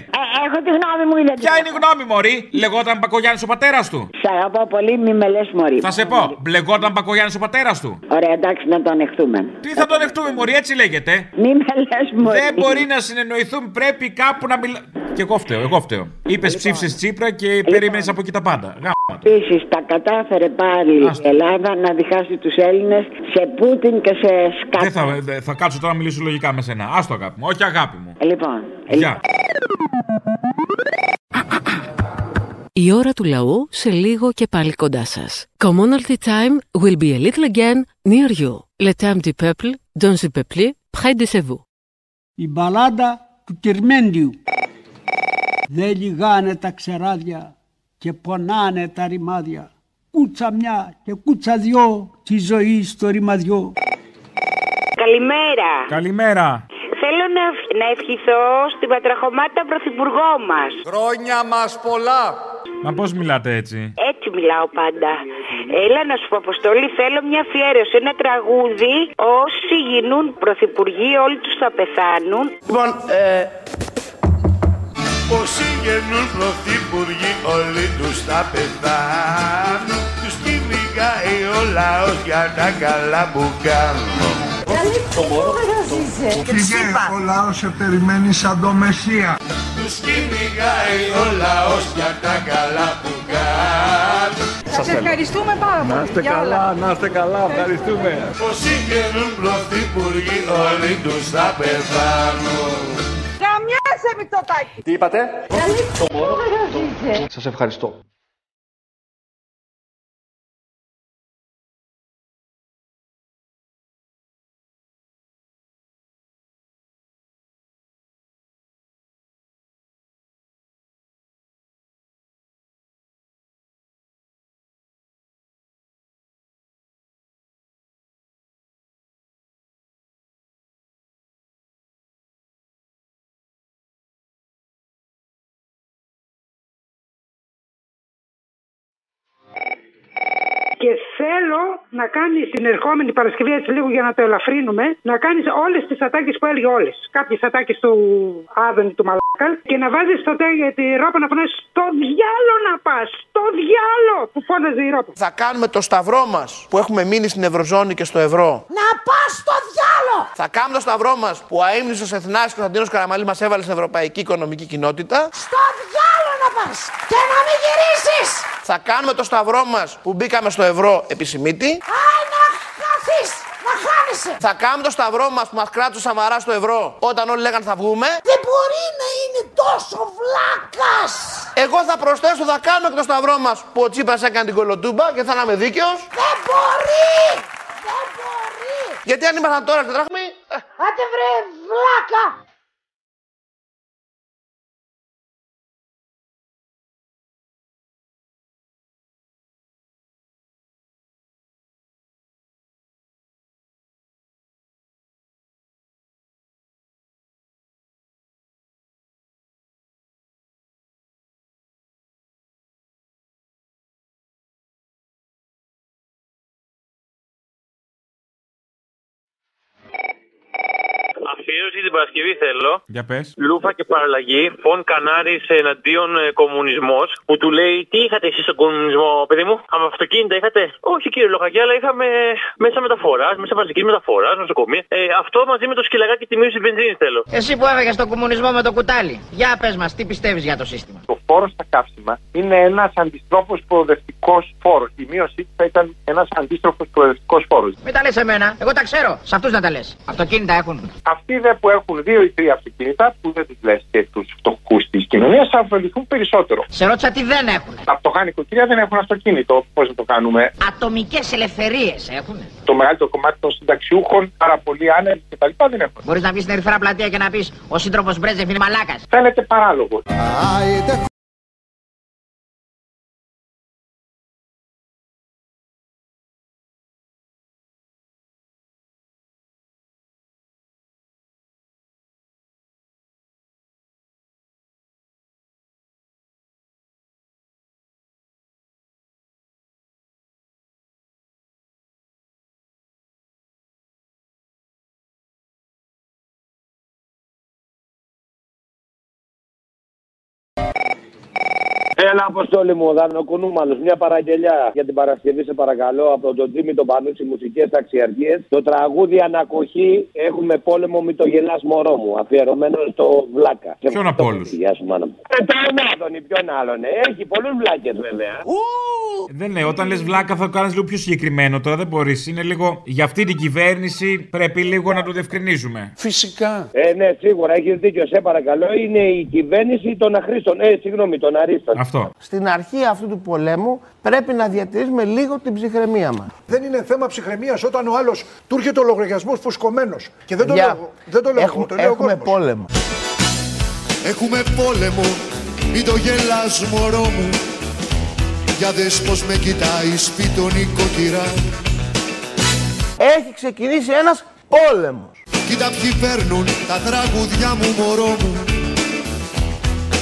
Speaker 23: έχω τη γνώμη μου, δεν
Speaker 2: Ποια είναι η γνώμη, Μωρή. Λεγόταν Μπακογιάννης ο πατέρας του.
Speaker 23: Σ' αγαπώ πολύ, μη με λες μωρή.
Speaker 2: Θα σε πω, μπλεγόταν Μπακογιάννης ο πατέρας του.
Speaker 23: Ωραία, εντάξει, να το ανεχτούμε.
Speaker 2: Τι θα τον δεχτούμε, Μωρή, έτσι λέγεται.
Speaker 23: Μη με λες μωρή.
Speaker 2: Δεν μπορεί να συνεννοηθούν, πρέπει κάπου να μιλά. Και εγώ φταίω, εγώ φταίω. Είπες ψήφισες Τσίπρα και περίμενε από εκεί τα πάντα. Γάμα.
Speaker 23: Επίσης, τα κατάφερε πάλι η Ελλάδα να διχάσει τους Έλληνες σε Πούτιν και σε
Speaker 2: Δεν
Speaker 23: Σκάφη.
Speaker 2: θα, δε- θα κάτσω τώρα να μιλήσω λογικά με σένα. Άστο αγάπη μου, όχι αγάπη μου.
Speaker 6: Ε,
Speaker 23: Λοιπόν,
Speaker 2: Γεια.
Speaker 29: Η ώρα του λαού σε λίγο και πάλι κοντά σας. Commonalty time will be a little again near you. Le temps du peuple, dans le peuple, près de chez vous.
Speaker 34: Η μπαλάντα του Κυρμέντιου. Δεν λιγάνε τα ξεράδια και πονάνε τα ρημάδια. Κούτσα μια και κούτσα δυο τη ζωή στο ρημαδιό.
Speaker 35: Καλημέρα.
Speaker 2: Καλημέρα.
Speaker 35: Θέλω να, ευχ- να ευχηθώ στην πατραχωμάτα πρωθυπουργό μας. Χρόνια μας πολλά.
Speaker 2: Μα πώς μιλάτε έτσι.
Speaker 35: Έτσι μιλάω πάντα. Ε, Έλα να σου πω, Αποστολή, θέλω μια αφιέρωση, ένα τραγούδι. Όσοι γίνουν πρωθυπουργοί, όλοι τους θα πεθάνουν. Λοιπόν, ε,
Speaker 5: Όσοι γεννούν πρωθυπουργοί όλοι τους θα πεθάνουν Τους κυνηγάει ο λαός για τα καλά που κάνουν
Speaker 19: Πήγε ο λαός σε περιμένει σαν το Μεσσία.
Speaker 5: Τους κυνηγάει ο λαός για τα καλά που κάνουν
Speaker 19: Σας ευχαριστούμε πάρα πολύ. για όλα.
Speaker 5: να είστε καλά, ευχαριστούμε Όσοι γεννούν πρωθυπουργοί όλοι τους θα πεθάνουν
Speaker 19: Γαμιάσαι Μητσοτάκη.
Speaker 5: Τι είπατε?
Speaker 11: Ε,
Speaker 19: Σας ευχαριστώ.
Speaker 22: Και θέλω να κάνει την ερχόμενη Παρασκευή, έτσι λίγο για να το ελαφρύνουμε, να κάνεις όλες τις ατάκες που έλεγε όλες. Κάποιες ατάκες του Άδωνη του Μαλάκα και να βάζεις στο τέλο τη ρόπα να πονέσει. Στο διάλο να πας! Στο διάλο! Που φώναζε η ρόπα.
Speaker 17: Θα κάνουμε το σταυρό μας που έχουμε μείνει στην Ευρωζώνη και στο ευρώ.
Speaker 19: Να πας στο διάλο!
Speaker 17: Θα κάνουμε το σταυρό μας που ο αείμνησος Εθνάς και ο Κωνσταντίνος Καραμαλής μας έβαλε στην Ευρωπαϊκή Οικονομική Κοινότητα.
Speaker 19: Στο διάλο να πας! Και να μην γυρίσεις!
Speaker 17: Θα κάνουμε το σταυρό μας που μπήκαμε στο ευρώ επισημίτη.
Speaker 19: Άι να χαθείς! Να χάνεσαι!
Speaker 17: Θα κάνουμε το σταυρό μας που μας κράτησε σαμαρά στο ευρώ όταν όλοι λέγανε θα βγούμε.
Speaker 19: Δεν μπορεί να είναι τόσο βλάκας!
Speaker 17: Εγώ θα προσθέσω, θα κάνουμε και το σταυρό μας που ο Τσίπρας έκανε την κολοτούμπα και θα είμαι δίκαιος.
Speaker 19: Δεν μπορεί!
Speaker 17: Γιατί αν ήμασταν τώρα στο δράχμη. ε,
Speaker 11: Άντε βρε βλάκα!
Speaker 36: Αφιέρωση την Παρασκευή θέλω.
Speaker 2: Για πες.
Speaker 36: Λούφα και παραλλαγή. Φων Κανάρη εναντίον ε, κομμουνισμός. Που του λέει τι είχατε εσείς στον κομμουνισμό, παιδί μου. Αμα αυτοκίνητα είχατε. Όχι κύριε Λοχαγιά, αλλά είχαμε μέσα μεταφοράς, μέσα μαζική μεταφοράς, νοσοκομεία. Ε, αυτό μαζί με το σκυλαγάκι τη μείωση της βενζίνης θέλω. Εσύ που έφεγες τον κομμουνισμό με το κουτάλι, για πες μας, τι πιστεύεις για το σύστημα.
Speaker 1: Ο φόρος στα καύσιμα είναι ένας αντιστρόφος προοδευτικός φόρος. Η μείωσή του θα ήταν ένας αντίστροφο προοδευτικός φόρος.
Speaker 36: Μην τα λες εμένα, εγώ τα ξέρω, σε αυτούς να τα λες. Αυτοκίνητα έχουν.
Speaker 1: Αυτοί δε που έχουν δύο ή τρία αυτοκίνητα, που δεν τους λες και τους φτωχούς της κοινωνίας, θα ωφεληθούν περισσότερο.
Speaker 36: Σε ρώτησα τι δεν έχουν.
Speaker 1: Τα φτωχά νοικοκυριά δεν έχουν αυτοκίνητο. Πώς να το κάνουμε.
Speaker 36: Ατομικές ελευθερίες έχουν.
Speaker 1: Το μεγαλύτερο κομμάτι των συνταξιούχων, πάρα πολλοί άνεργοι κτλ. δεν έχουν.
Speaker 36: Μπορείς να βγεις στην ερυθρά πλατεία και να πεις Ο σύντροφος Μπρέζεφ είναι μαλάκας.
Speaker 1: Φαίνεται παράλογο.
Speaker 6: Έλα, Αποστόλη μου, Δανοκουνούμαλος. Μια παραγγελιά για την Παρασκευή, σε παρακαλώ, από τον Τζίμι τον Πανούτσι, μουσικές ταξιαρχίες. Το τραγούδι Ανακοχή Έχουμε πόλεμο, μη το γελάς μωρό μου. Αφιερωμένο στο Βλάκα.
Speaker 2: Ποιον από όλους.
Speaker 6: Γεια σου, μάνα μου. Ε, ποιον άλλον, ή ποιον άλλον. ε. Έχει πολλούς βλάκες, βέβαια.
Speaker 2: Δεν λέω, όταν λες βλάκα θα το κάνεις λίγο πιο συγκεκριμένο τώρα, δεν μπορείς. Είναι λίγο. Για αυτή την κυβέρνηση πρέπει λίγο να το διευκρινίζουμε.
Speaker 6: Φυσικά. Ε, ναι, σίγουρα έχεις δίκιο. Σε παρακαλώ, είναι η κυβέρνηση των αχρήστων. Ε, συγγνώμη, των αρίστων.
Speaker 2: Αυτό.
Speaker 17: Στην αρχή αυτού του πολέμου πρέπει να διατηρήσουμε λίγο την ψυχραιμία μας.
Speaker 3: Δεν είναι θέμα ψυχραιμίας όταν ο άλλος του έρχεται ο λογαριασμός φουσκωμένος. Και δεν το
Speaker 17: Παιδιά,
Speaker 3: λέω, εγώ, δεν το λέω εγώ,
Speaker 17: έχουμε-
Speaker 3: το λέω ο
Speaker 17: έχουμε
Speaker 3: κόσμος.
Speaker 17: πόλεμο.
Speaker 36: Έχουμε πόλεμο, μην το γελάς μωρό μου Για δες πως με κοιτάει σπίτο νοικοκυρά
Speaker 17: Έχει ξεκινήσει ένας πόλεμος.
Speaker 36: Κοίτα ποιοι παίρνουν τα τραγουδιά μου μωρό μου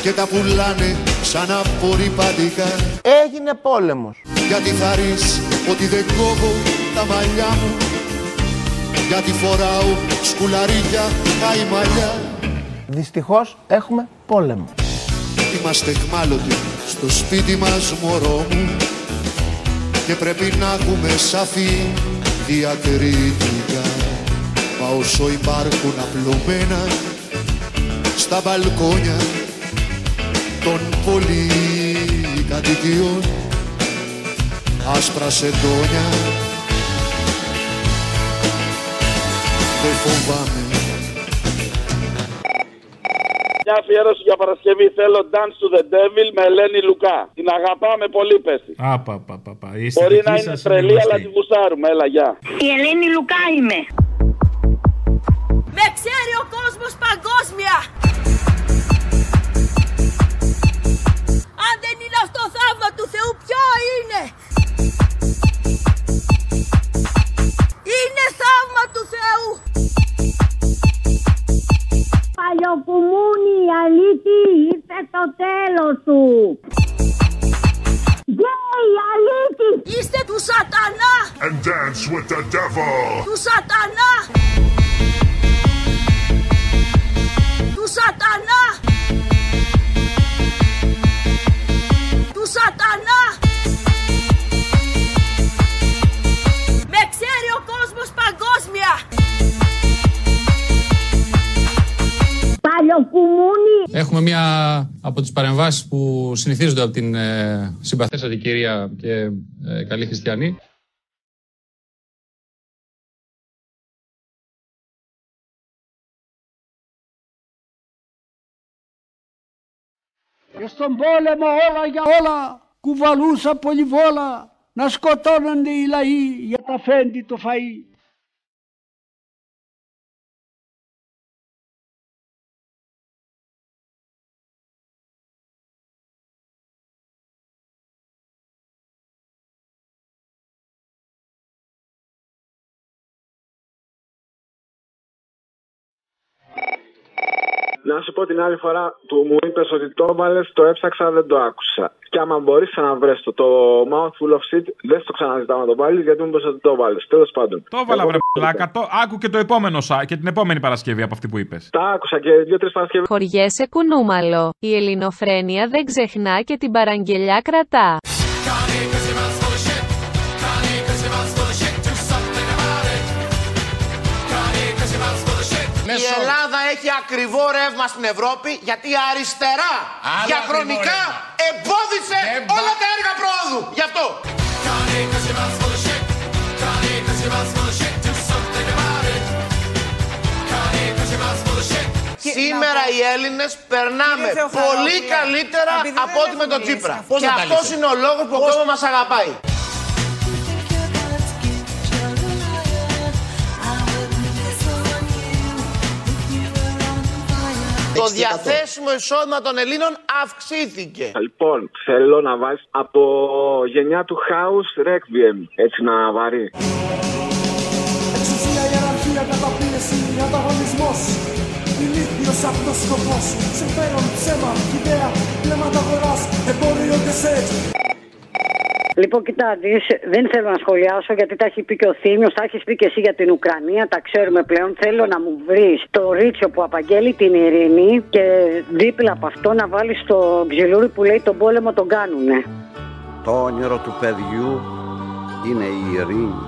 Speaker 36: Και τα πουλάνε σαν απορριπαντικά
Speaker 17: Έγινε πόλεμος.
Speaker 36: Γιατί θα ρεις ότι δεν κόβω τα μαλλιά μου Γιατί φοράω σκουλαρίκια καημαλιά
Speaker 17: Δυστυχώς έχουμε πόλεμο.
Speaker 36: Είμαστε εχμάλωτοι στο σπίτι μας μωρό μου και πρέπει να έχουμε σαφή διακρίτικα μα όσο υπάρχουν απλωμένα στα μπαλκόνια των πολυκατοικιών άσπρα σεντόνια δεν φοβάμαι
Speaker 6: Μια αφιέρωση για Παρασκευή. Θέλω Dance to the Devil με Ελένη Λουκά. Την αγαπάμε πολύ, πέσει.
Speaker 2: Α, πα, πα, πα, πα. Η
Speaker 6: Μπορεί
Speaker 2: αισθητική
Speaker 6: να είναι
Speaker 2: σας
Speaker 6: τρελή,
Speaker 2: γνωστή.
Speaker 6: αλλά τη γουστάρουμε. Έλα, γεια.
Speaker 16: Η Ελένη Λουκά είμαι. Με ξέρει ο κόσμος παγκόσμια. Αν δεν είναι αυτό το θαύμα του Θεού, ποιο είναι. Είναι θαύμα του Θεού.
Speaker 18: Παλιοκουμούνι, η αλήτη ήρθε το τέλος του. Γκέι, αλήτη.
Speaker 16: Είστε του σατανά.
Speaker 14: And dance with the devil.
Speaker 16: Του σατανά. Του σατανά. Του σατανά. Με ξέρει ο κόσμος παγκόσμια.
Speaker 18: Παλιοκουμούνι.
Speaker 16: Έχουμε μία από τις παρεμβάσεις που συνηθίζονται από την ε, συμπαθέστατη κυρία και ε, καλή χριστιανή.
Speaker 12: Και στον πόλεμο όλα για όλα κουβαλούσα πολυβόλα
Speaker 11: να σκοτώνονται οι λαοί για τα φέντη το φαΐ.
Speaker 15: Να σου πω την άλλη φορά, του μου είπες ότι το έβαλε, το έψαξα, δεν το άκουσα. Και άμα μπορείς να βρει το, το mouthful of shit, δεν στο ξαναζητάω να το βάλεις, γιατί μου είπες ότι το βάλες. Τέλος πάντων.
Speaker 2: Το έβαλα, βρε πλάκα. Το... Άκου και, το επόμενο, σα- και την επόμενη Παρασκευή από αυτή που είπες.
Speaker 15: Τα άκουσα και δύο-τρει Παρασκευέ.
Speaker 29: Χωριέσαι κουνούμαλο. Η ελληνοφρένεια δεν ξεχνά και την παραγγελιά κρατά.
Speaker 37: Ναι,
Speaker 17: Η Ελλάδα έχει ακριβό ρεύμα στην Ευρώπη γιατί η αριστερά
Speaker 5: Άλλο
Speaker 17: διαχρονικά εμπόδισε όλα τα έργα πρόοδου. Γι' αυτό. Σήμερα οι Έλληνες περνάμε
Speaker 5: Κύριε Θεοχαρόπουλε,
Speaker 17: πολύ καλύτερα
Speaker 5: επειδή δεν
Speaker 17: από ό,τι με
Speaker 5: έχουμε
Speaker 17: τον
Speaker 5: μιλήσει,
Speaker 17: Τσίπρα.
Speaker 5: αφού
Speaker 17: Και
Speaker 5: δεν τα
Speaker 17: αυτό
Speaker 5: λύσε.
Speaker 17: είναι ο λόγος που ο κόσμος μας αγαπάει. Το διαθέσιμο εισόδημα των Ελλήνων αυξήθηκε.
Speaker 15: Λοιπόν, θέλω να βάλει από γενιά του House Requiem. Έτσι να βαρύ.
Speaker 5: Εξουσία, ιεραρχία, καταπίεση, ανταγωνισμός Ηλίθιος αυτός σκοπός Συμφέρον, ψέμα, ιδέα, πλέματα αγοράς Εμπόριο και σεξ
Speaker 31: Λοιπόν, κοιτάξτε, δεν θέλω να σχολιάσω γιατί τα έχει πει και ο Θήμιος, τα έχεις πει και εσύ για την Ουκρανία, τα ξέρουμε πλέον. Θέλω να μου βρεις το ρίτσιο που απαγγέλει την ειρήνη και δίπλα από αυτό να βάλεις το ξυλούρι που λέει τον πόλεμο τον κάνουνε.
Speaker 38: Το όνειρο του παιδιού είναι η ειρήνη.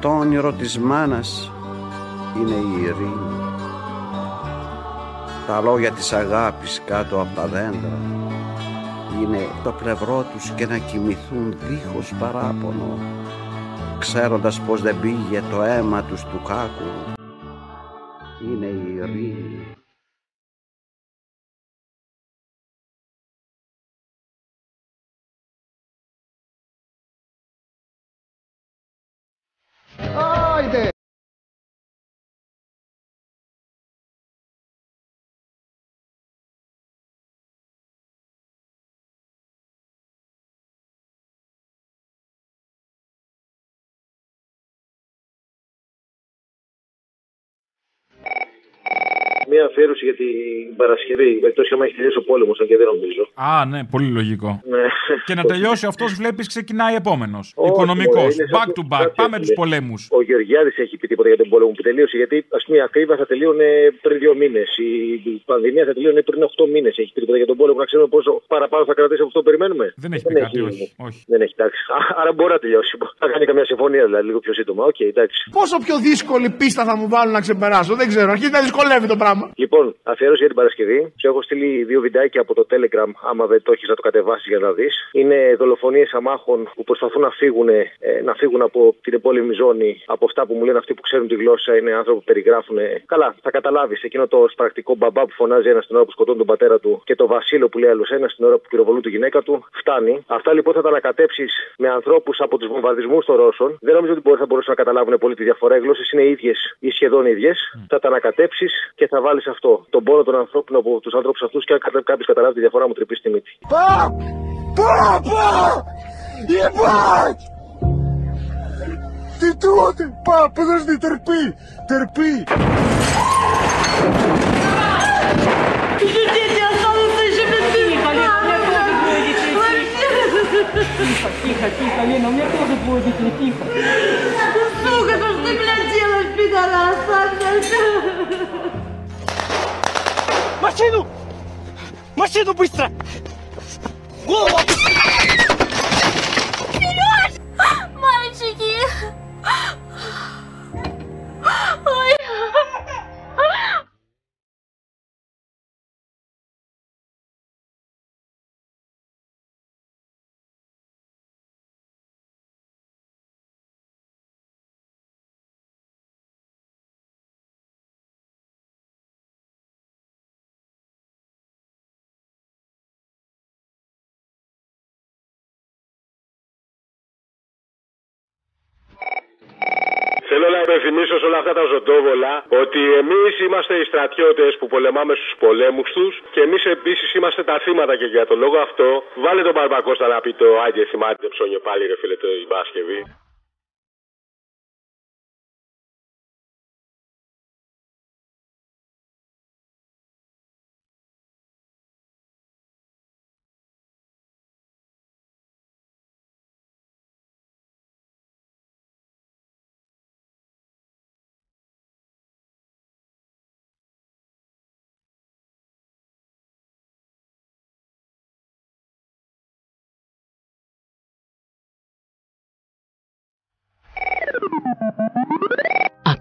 Speaker 38: Το όνειρο της μάνας είναι η ειρήνη. Τα λόγια της αγάπης κάτω από τα δέντρα είναι το πλευρό τους και να κοιμηθούν δίχως παράπονο ξέροντας πως δεν πήγε το αίμα τους του κάκου είναι η ειρήνη.
Speaker 5: Άιντε
Speaker 1: Μία αφιέρωση για την Παρασκευή. Εκτό και άμα έχει τελειώσει ο πόλεμος, αν και δεν νομίζω.
Speaker 2: Α, ναι, πολύ λογικό.
Speaker 1: Ναι.
Speaker 2: Και να τελειώσει αυτός, βλέπεις, ξεκινάει επόμενος.
Speaker 1: Όχι,
Speaker 2: Οικονομικό.
Speaker 1: ρε, είναι σαν
Speaker 2: Back
Speaker 1: το-
Speaker 2: to back.
Speaker 1: κάτι
Speaker 2: Πάμε
Speaker 1: είναι.
Speaker 2: του πολέμους.
Speaker 1: Ο Γεωργιάδης έχει πει τίποτα για τον πόλεμο που τελείωσε. Γιατί ας πούμε η ακρίβεια θα τελείωνε πριν δύο μήνες. Η πανδημία θα τελείωνε πριν 8 μήνες. Έχει πει τίποτα για τον πόλεμο. Να ξέρουμε πόσο παραπάνω θα κρατήσει από αυτό που περιμένουμε. Ε,
Speaker 2: Δεν έχει πει κάτι, όχι. όχι.
Speaker 1: Δεν έχει, εντάξει. Α, Άρα μπορεί να τελειώσει. Θα κάνει καμιά συμφωνία δηλαδή λίγο πιο σύντομα. Οκ, εντάξει.
Speaker 37: Πόσο πιο δύσκολη πίστα θα μου βάλουν να ξεπεράσω, δεν ξέρω. Αρχίζει να δυσκολεύει το πράγμα.
Speaker 1: Λοιπόν, αφιέρωση για την Παρασκευή. Σου έχω στείλει δύο βιντεάκια από το Telegram. Άμα δεν το έχεις, να το κατεβάσεις για να δεις. Είναι δολοφονίες αμάχων που προσπαθούν να φύγουν, ε, να φύγουν από την επόλεμη ζώνη. Από αυτά που μου λένε αυτοί που ξέρουν τη γλώσσα, είναι άνθρωποι που περιγράφουν. Καλά, θα καταλάβεις εκείνο το σπαρακτικό μπαμπά που φωνάζει ένας την ώρα που σκοτώνει τον πατέρα του και το Βασίλο που λέει άλλος ένας την ώρα που πυροβολούν τη γυναίκα του. Φτάνει. Αυτά λοιπόν θα τα ανακατέψεις με ανθρώπους από τους βομβαρδισμούς των Ρώσων. Δεν νομίζω ότι μπορεί, θα μπορούσαν να καταλάβουν πολύ τη διαφορά. Οι γλώσσες είναι ίδιες ή σχεδόν ίδιες. Θα τα ανακατέψεις και θα βάλεις αυτό. Τον πόνο των ανθρώπων από τους ανθρώπους αυτούς και αν κάποιος καταλάβει τη διαφορά μου τρυπήσει τη μύτη.
Speaker 5: Παπ! Παπ! Παπ! Ебать! Ты тут! Пап, подожди, терпи! Терпи! Тихо, тихо, тихо, Лена, у меня тоже будет детей, тихо.
Speaker 16: Сука, ну что ты, блядь, делаешь, пидораса, блядь?
Speaker 5: Машину! Машину быстро! Голову!
Speaker 16: Сереж! Мальчики! Ой!
Speaker 6: Θέλω να υπενθυμίσω σε όλα αυτά τα ζωντόβολα ότι εμείς είμαστε οι στρατιώτες που πολεμάμε στους πολέμους τους και εμείς επίσης είμαστε τα θύματα και για τον λόγο αυτό βάλε τον Μπαρμπακώστα να πει το Άγγε θυμάται ψώνιο πάλι ρε φίλε το η Πάσκευη.